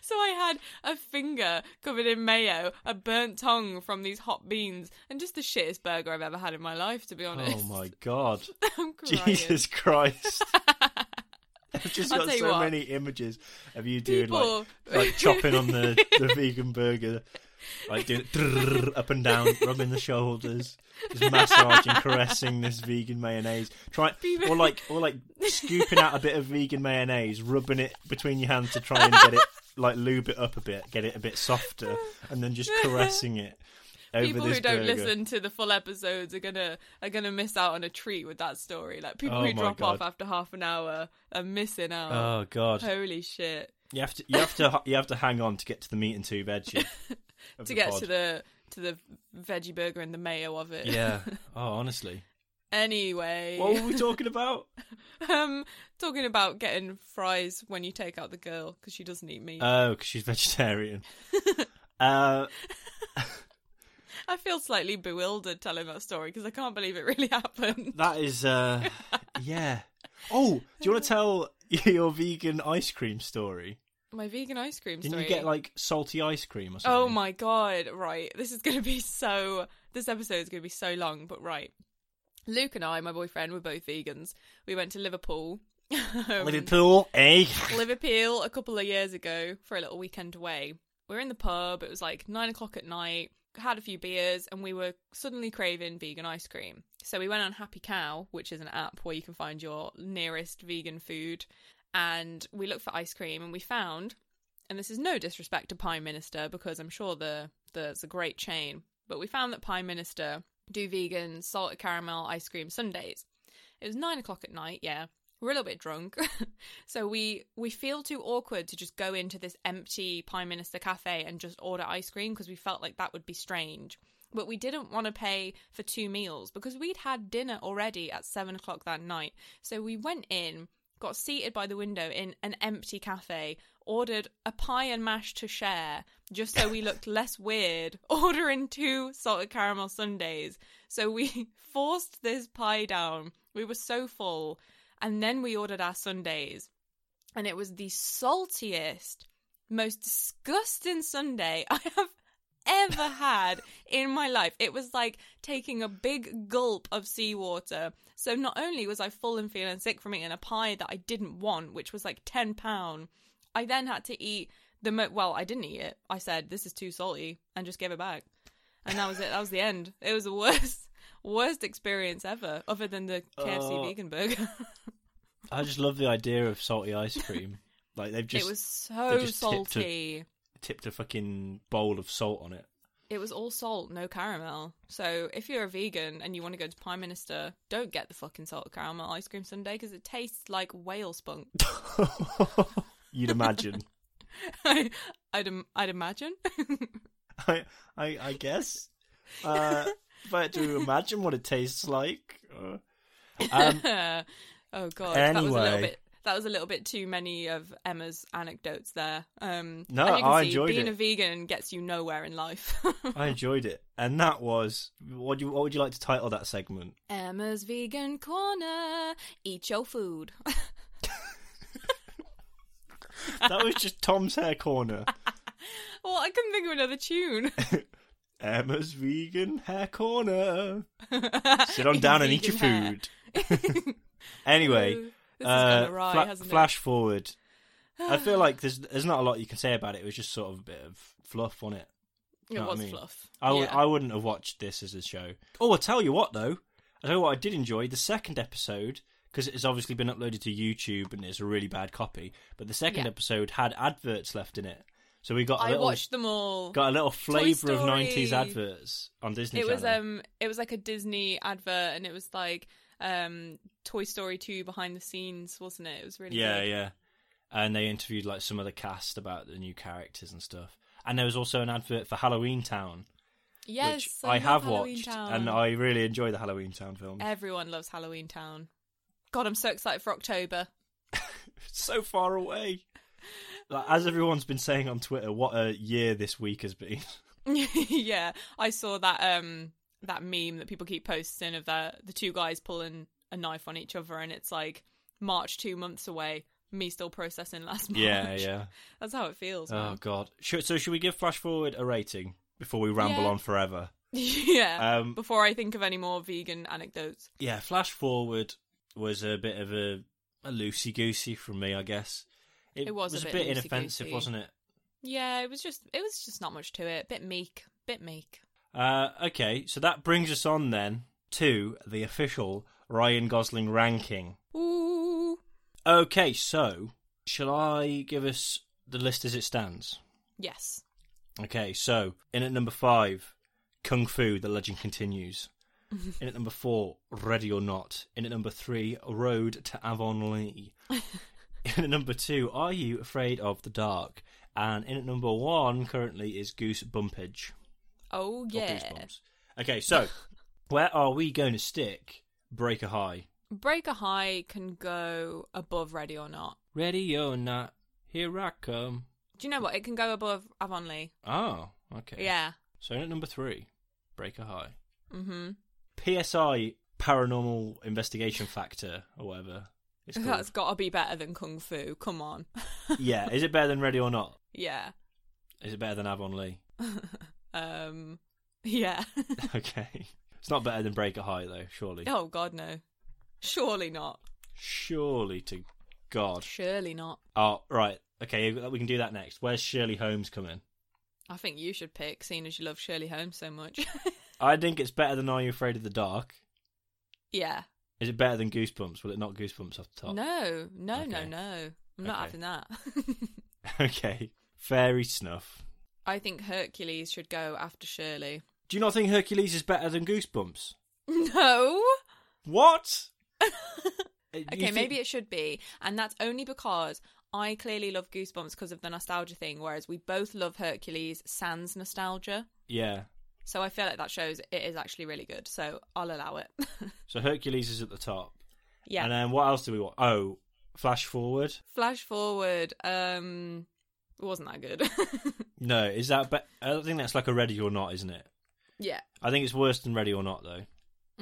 E: So I had a finger covered in mayo, a burnt tongue from these hot beans, and just the shittest burger I've ever had in my life, to be honest.
D: Oh my god.
E: I'm crying.
D: Jesus Christ. I've just
E: I'll
D: got
E: tell you
D: so
E: what.
D: many images of you doing like
E: People.
D: like chopping on the, the vegan burger, like doing it up and down, rubbing the shoulders, just massaging, caressing this vegan mayonnaise. Try or like or like scooping out a bit of vegan mayonnaise, rubbing it between your hands to try and get it like lube it up a bit, get it a bit softer, and then just caressing it over
E: People
D: this
E: who don't
D: burger.
E: listen to the full episodes are gonna are gonna miss out on a treat with that story. Like people
D: Oh my
E: who drop
D: God.
E: off after half an hour are missing out.
D: Oh god,
E: Holy shit!
D: you have to you have to you have to hang on to get to the meat and two veggie of
E: To get
D: pod.
E: to the to the veggie burger and the mayo of it.
D: Yeah. Oh, honestly.
E: anyway,
D: What were we talking about?
E: um, talking about getting fries when you take out the girl because she doesn't eat meat.
D: Oh, because she's vegetarian. Uh,
E: I feel slightly bewildered telling that story because I can't believe it really happened.
D: that is, uh, yeah. Oh, do you want to tell your vegan ice cream story?
E: My vegan ice cream
D: Didn't
E: story.
D: you get like salty ice cream or something?
E: Oh my god, right. This is going to be so this episode is going to be so long, but right. Luke and I, my boyfriend, were both vegans. We went to Liverpool.
D: Oh,
E: Um,
D: Liverpool, eh?
E: Liverpool a couple of years ago for a little weekend away. We were in the pub, it was like nine o'clock at night, had a few beers, and we were suddenly craving vegan ice cream. So we went on Happy Cow, which is an app where you can find your nearest vegan food, and we looked for ice cream and we found and this is no disrespect to Prime Minister because I'm sure the there's a great chain, but we found that Prime Minister do vegan salted caramel ice cream sundaes. It was nine o'clock at night, yeah. We're a little bit drunk, so we we feel too awkward to just go into this empty Prime Minister cafe and just order ice cream because we felt like that would be strange. But we didn't want to pay for two meals because we'd had dinner already at seven o'clock that night. So we went in, got seated by the window in an empty cafe, ordered a pie and mash to share just so we looked less weird, ordering two salted caramel sundaes. So we forced this pie down. We were so full. And then we ordered our sundaes. And it was the saltiest, most disgusting sundae I have ever had in my life. It was like taking a big gulp of seawater. So not only was I full and feeling sick from eating a pie that I didn't want, which was like ten pound, I then had to eat the mo- well. I didn't eat it. I said this is too salty and just gave it back, and that was it. That was the end. It was the worst. Worst experience ever, other than the KFC
D: Oh.
E: vegan burger.
D: I just love the idea of salty ice cream. Like they've just
E: it was so
D: just tipped a-
E: salty.
D: tipped a fucking bowl of salt on it.
E: It was all salt, no caramel. So if you're a vegan and you want to go to Prime Minister, don't get the fucking salted caramel ice cream sundae because it tastes like whale spunk.
D: You'd imagine.
E: I'd im- I'd imagine.
D: I, I, I guess. Uh, but do you imagine what it tastes like? Uh, um,
E: oh god, that was a little
D: Anyway.
E: bit. That was a little bit too many of Emma's anecdotes there. Um,
D: No,
E: as you can
D: I
E: see,
D: enjoyed
E: being
D: it.
E: a vegan gets you nowhere in life.
D: I enjoyed it, and that was what do you what would you like to title that segment?
E: Emma's vegan corner. Eat your food.
D: That was just Tom's hair corner.
E: well, I couldn't think of another tune.
D: Emma's vegan hair corner. Sit on down and eat your
E: Vegan hair.
D: food. anyway,
E: Ooh, this is
D: uh,
E: gonna rye,
D: fla-
E: hasn't it?
D: flash forward. I feel like there's there's not a lot you can say about it. It was just sort of a bit of fluff on it.
E: It
D: know what I
E: was
D: mean?
E: fluff.
D: I, w-
E: yeah.
D: I wouldn't have watched this as a show. Oh, I tell you what though, I tell you what I did enjoy the second episode because it's obviously been uploaded to YouTube and it's a really bad copy. But the second
E: Yeah.
D: episode had adverts left in it, so we got a
E: I
D: little
E: watched them all.
D: got a little flavour of
E: Story.
D: nineties adverts on Disney.
E: it was
D: Channel.
E: um it was like a Disney advert and it was like um Toy Story 2 behind the scenes, wasn't it? It was really
D: yeah,
E: good.
D: yeah. And they interviewed like some of the cast about the new characters and stuff. And there was also an advert for Halloween Town,
E: Yes,
D: which I,
E: love
D: have
E: Halloween
D: watched,
E: Town.
D: and I really enjoy the Halloween Town films.
E: everyone loves Halloween Town. God, I'm so excited for October.
D: so far away. Like, as everyone's been saying on Twitter, what a year this week has been.
E: yeah, I saw that um that meme that people keep posting of the the two guys pulling a knife on each other and it's like March 2 months away. Me still processing last March. That's how it feels.
D: Oh
E: man.
D: god. Should, so should we give Flash Forward a rating before we ramble
E: Yeah.
D: on forever?
E: yeah.
D: Um,
E: before I think of any more vegan anecdotes.
D: Yeah, Flash Forward was a bit of a, a loosey goosey from me, I guess.
E: It was a
D: a
E: bit
D: bit inoffensive,
E: loosey-goosey.
D: wasn't it?
E: Yeah, it was just it was just not much to it. Bit meek, bit meek.
D: Uh, okay, so that brings us on then to the official Ryan Gosling ranking.
E: Ooh.
D: Okay, so shall I give us the list as it stands?
E: Yes.
D: Okay, so in at number five, Kung Fu: The Legend Continues. in at number four, Ready or Not. In at number three, Road to Avonlea. in at number two, Are You Afraid of the Dark? And in at number one currently is Goose Bumpage.
E: Oh
D: Got
E: yeah.
D: goosebumps. Okay, so where are we going to stick Breaker High?
E: Breaker High can go above Ready or Not.
D: Ready or not, here I come.
E: Do you know what? It can go above Avonlea.
D: Oh, okay.
E: Yeah.
D: So at number three, Breaker High.
E: Mhm.
D: PSI Paranormal Investigation Factor or whatever. It's called.
E: That's got to be better than Kung Fu. Come on.
D: yeah, is it better than Ready or Not?
E: yeah.
D: Is it better than Avonlea?
E: Um yeah.
D: okay. It's not better than Breaker High though, surely.
E: oh god no. Surely not.
D: Surely to God.
E: Surely not.
D: Oh, right. Okay, we can do that next. Where's Shirley Holmes coming?
E: I think you should pick seeing as you love Shirley Holmes so much.
D: I think it's better than Are You Afraid of the Dark?
E: yeah.
D: Is it better than Goosebumps? Will it not Goosebumps off the top?
E: No. No, no,
D: Okay.
E: no. I'm not
D: Okay.
E: having that.
D: Okay. Fairy Snuff.
E: I think Hercules should go after Shirley.
D: Do you not think Hercules is better than Goosebumps?
E: No.
D: What? Uh,
E: Okay, maybe it should be. And that's only because I clearly love Goosebumps because of the nostalgia thing, whereas we both love Hercules sans nostalgia.
D: Yeah.
E: So I feel like that shows it is actually really good. So I'll allow it.
D: So Hercules is at the top.
E: yeah.
D: And uh, then what else do we want? Oh, Flash Forward.
E: Flash forward. Um, it wasn't that good.
D: No, is that? Be- I think that's like a Ready or Not, isn't it?
E: yeah.
D: I think it's worse than Ready or Not though.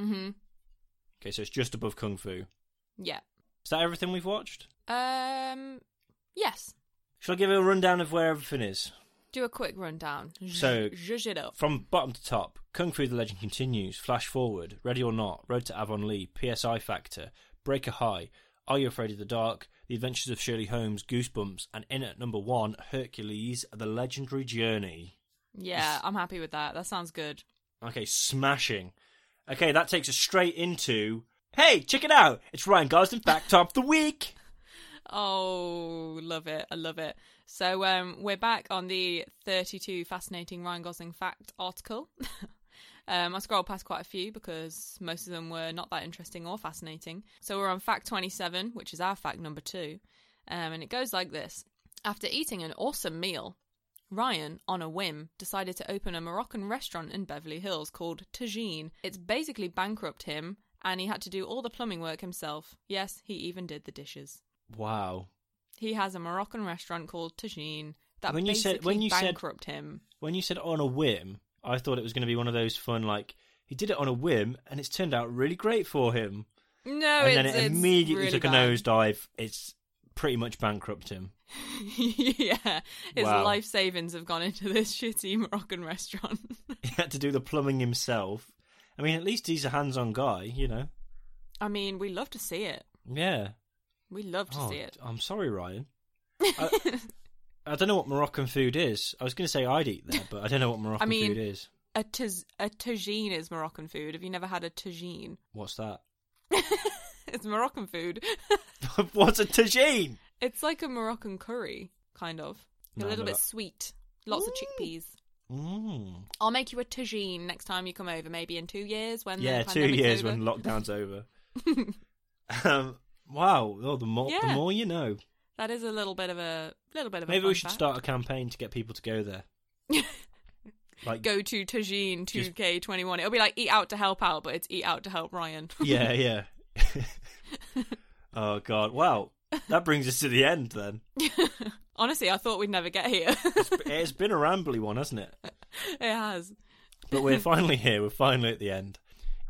E: Mm-hmm.
D: Okay, so it's just above Kung Fu. Is
E: Yeah.
D: that everything we've watched?
E: Um, yes.
D: Shall I give a rundown of where everything is?
E: Do a quick rundown.
D: So-
E: zhuzh it up.
D: From bottom to top, Kung Fu the Legend continues, Flash Forward, Ready or Not, Road to Avonlea, PSI Factor, Breaker High, Are You Afraid of the Dark, The Adventures of Shirley Holmes, Goosebumps, and in at number one, Hercules, The Legendary Journey.
E: Yeah, I'm happy with that. That sounds good.
D: Okay, smashing. Okay, that takes us straight into. Hey, check it out! It's Ryan Gosling back top of the week!
E: Oh, love it. I love it. So um, we're back on the 32 fascinating Ryan Gosling fact article. um, I scrolled past quite a few because most of them were not that interesting or fascinating. So we're on fact 27, which is our fact number two. Um, and it goes like this After eating an awesome meal, Ryan, on a whim, decided to open a Moroccan restaurant in Beverly Hills called Tajine. It's basically bankrupt him, and he had to do all the plumbing work himself. Yes, he even did the dishes.
D: Wow.
E: He has a Moroccan restaurant called Tajine that
D: When you
E: basically
D: said- when you said-
E: bankrupt him.
D: When you said on a whim, I thought it was going to be one of those fun, like, he did it on a whim and it's turned out really great for him.
E: No,
D: and then
E: Oh, it's,
D: it
E: it's
D: immediately
E: really
D: took
E: bad.
D: a nosedive. It's pretty much bankrupt him.
E: yeah, his
D: Wow.
E: life savings have gone into this shitty Moroccan restaurant.
D: He had to do the plumbing himself. I mean, at least he's a hands-on guy, you know.
E: I mean, we love to see it.
D: Yeah.
E: We love to
D: Oh,
E: see it.
D: I'm sorry, Ryan. I, I don't know what Moroccan food is. I was going to say I'd eat there, but I don't know what Moroccan
E: mean-
D: food is.
E: A, taz- a tagine is Moroccan food. Have you never had a tagine?
D: What's that?
E: It's Moroccan food.
D: What's a tagine?
E: it's like a Moroccan curry, kind of.
D: No,
E: a little
D: no.
E: bit sweet. Lots of chickpeas.
D: Mm.
E: I'll make you a tagine next time you come over, maybe in two years when
D: Yeah,
E: the
D: two
E: pandemic's
D: years
E: over.
D: when lockdown's over. um, wow. Oh, the more the
E: Yeah.
D: more you know.
E: That is a little bit of a little bit of.
D: Maybe
E: a
D: we
E: fun
D: should
E: fact.
D: start a campaign to get people to go there. Like
E: Go to Tajine
D: Just-
E: 2K21. It'll be like eat out to help out, but it's eat out to help Ryan.
D: yeah, yeah. oh God! Wow, that brings us to the end. Then
E: Honestly, I thought we'd never get here.
D: it's been a rambly one, hasn't it?
E: it has.
D: But we're finally here. We're finally at the end.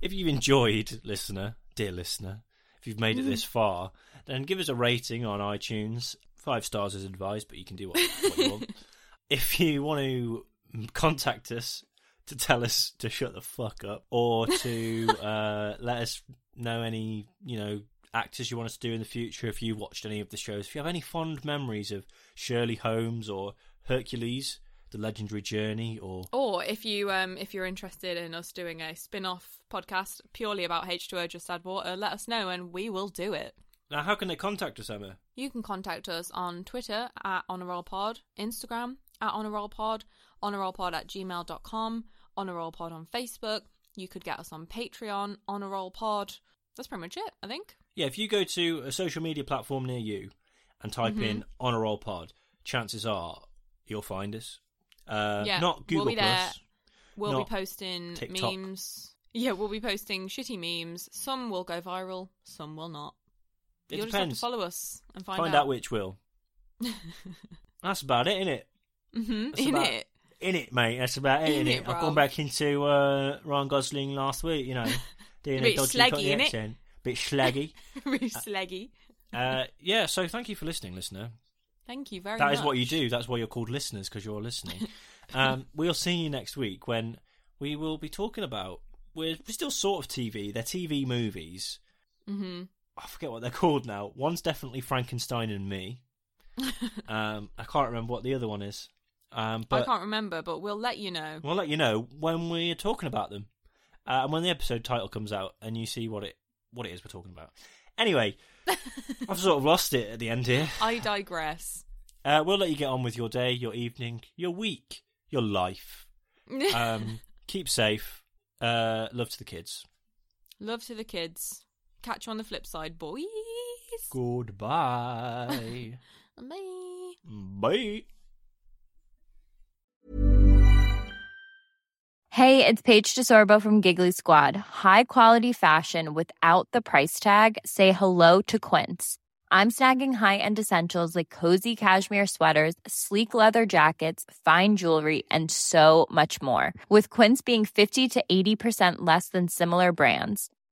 D: If you've enjoyed, listener, dear listener, if you've made it this far, then give us a rating on iTunes. Five stars is advised, but you can do what, what you want. If you want to contact us to tell us to shut the fuck up or to uh, let us know any, you know, actors you want us to do in the future, if you've watched any of the shows, if you have any fond memories of Shirley Holmes or Hercules, The Legendary Journey, or
E: Or if you um if you're interested in us doing a spin-off podcast purely about H2O Just Add Water, let us know and we will do it.
D: Now, how can they contact us, Emma?
E: You can contact us on Twitter at Honor Roll Pod, Instagram at Honor Roll Pod, Honor Roll Pod at gmail.com, Honor Roll Pod on Facebook. You could get us on Patreon, Honor Roll Pod. That's pretty much it, I think.
D: Yeah, if you go to a social media platform near you and type
E: Mm-hmm.
D: in on a roll pod, chances are you'll find us. Uh,
E: Yeah,
D: not
E: we'll
D: Google
E: be there.
D: Plus.
E: We'll
D: Not
E: be posting
D: TikTok.
E: memes. Yeah, we'll be posting shitty memes. Some will go viral, some will not.
D: It
E: You'll just have to
D: depends.
E: follow us and find,
D: Find out which will. That's about it, innit?
E: hmm
D: That's
E: in
D: about-
E: it.
D: In it, mate. That's about it,
E: Innit,
D: innit? I've
E: bruv.
D: gone back into uh, Ryan Gosling last week, you know, doing a
E: Bit
D: dodgy
E: slaggy,
D: cockney
E: innit?
D: accent. Bit slaggy.
E: Really slaggy.
D: uh, yeah, so thank you for listening, listener.
E: Thank you very
D: That
E: much.
D: is what you do. That's why you're called listeners, because you're listening. um, we'll see you next week when we will be talking about. We're, we're still sort of TV. They're TV movies.
E: hmm
D: I forget what they're called now. One's definitely Frankenstein and Me. um, I can't remember what the other one is. Um,
E: I
D: but
E: can't remember, but we'll let you know.
D: we'll let you know when we're talking about them, uh, and when the episode title comes out, and you see what it what it is we're talking about. Anyway, I've sort of lost it at the end here.
E: I digress.
D: Uh, we'll let you get on with your day, your evening, your week, your life. Um, keep safe. Uh, love to the kids.
E: Love to the kids. Catch you on the flip side, boys.
D: Goodbye.
E: Bye.
D: Bye.
A: Hey, it's Paige DeSorbo from Giggly Squad. High quality fashion without the price tag. Say hello to Quince. I'm snagging high-end essentials like cozy cashmere sweaters, sleek leather jackets, fine jewelry, and so much more. With Quince being 50 to 80% less than similar brands.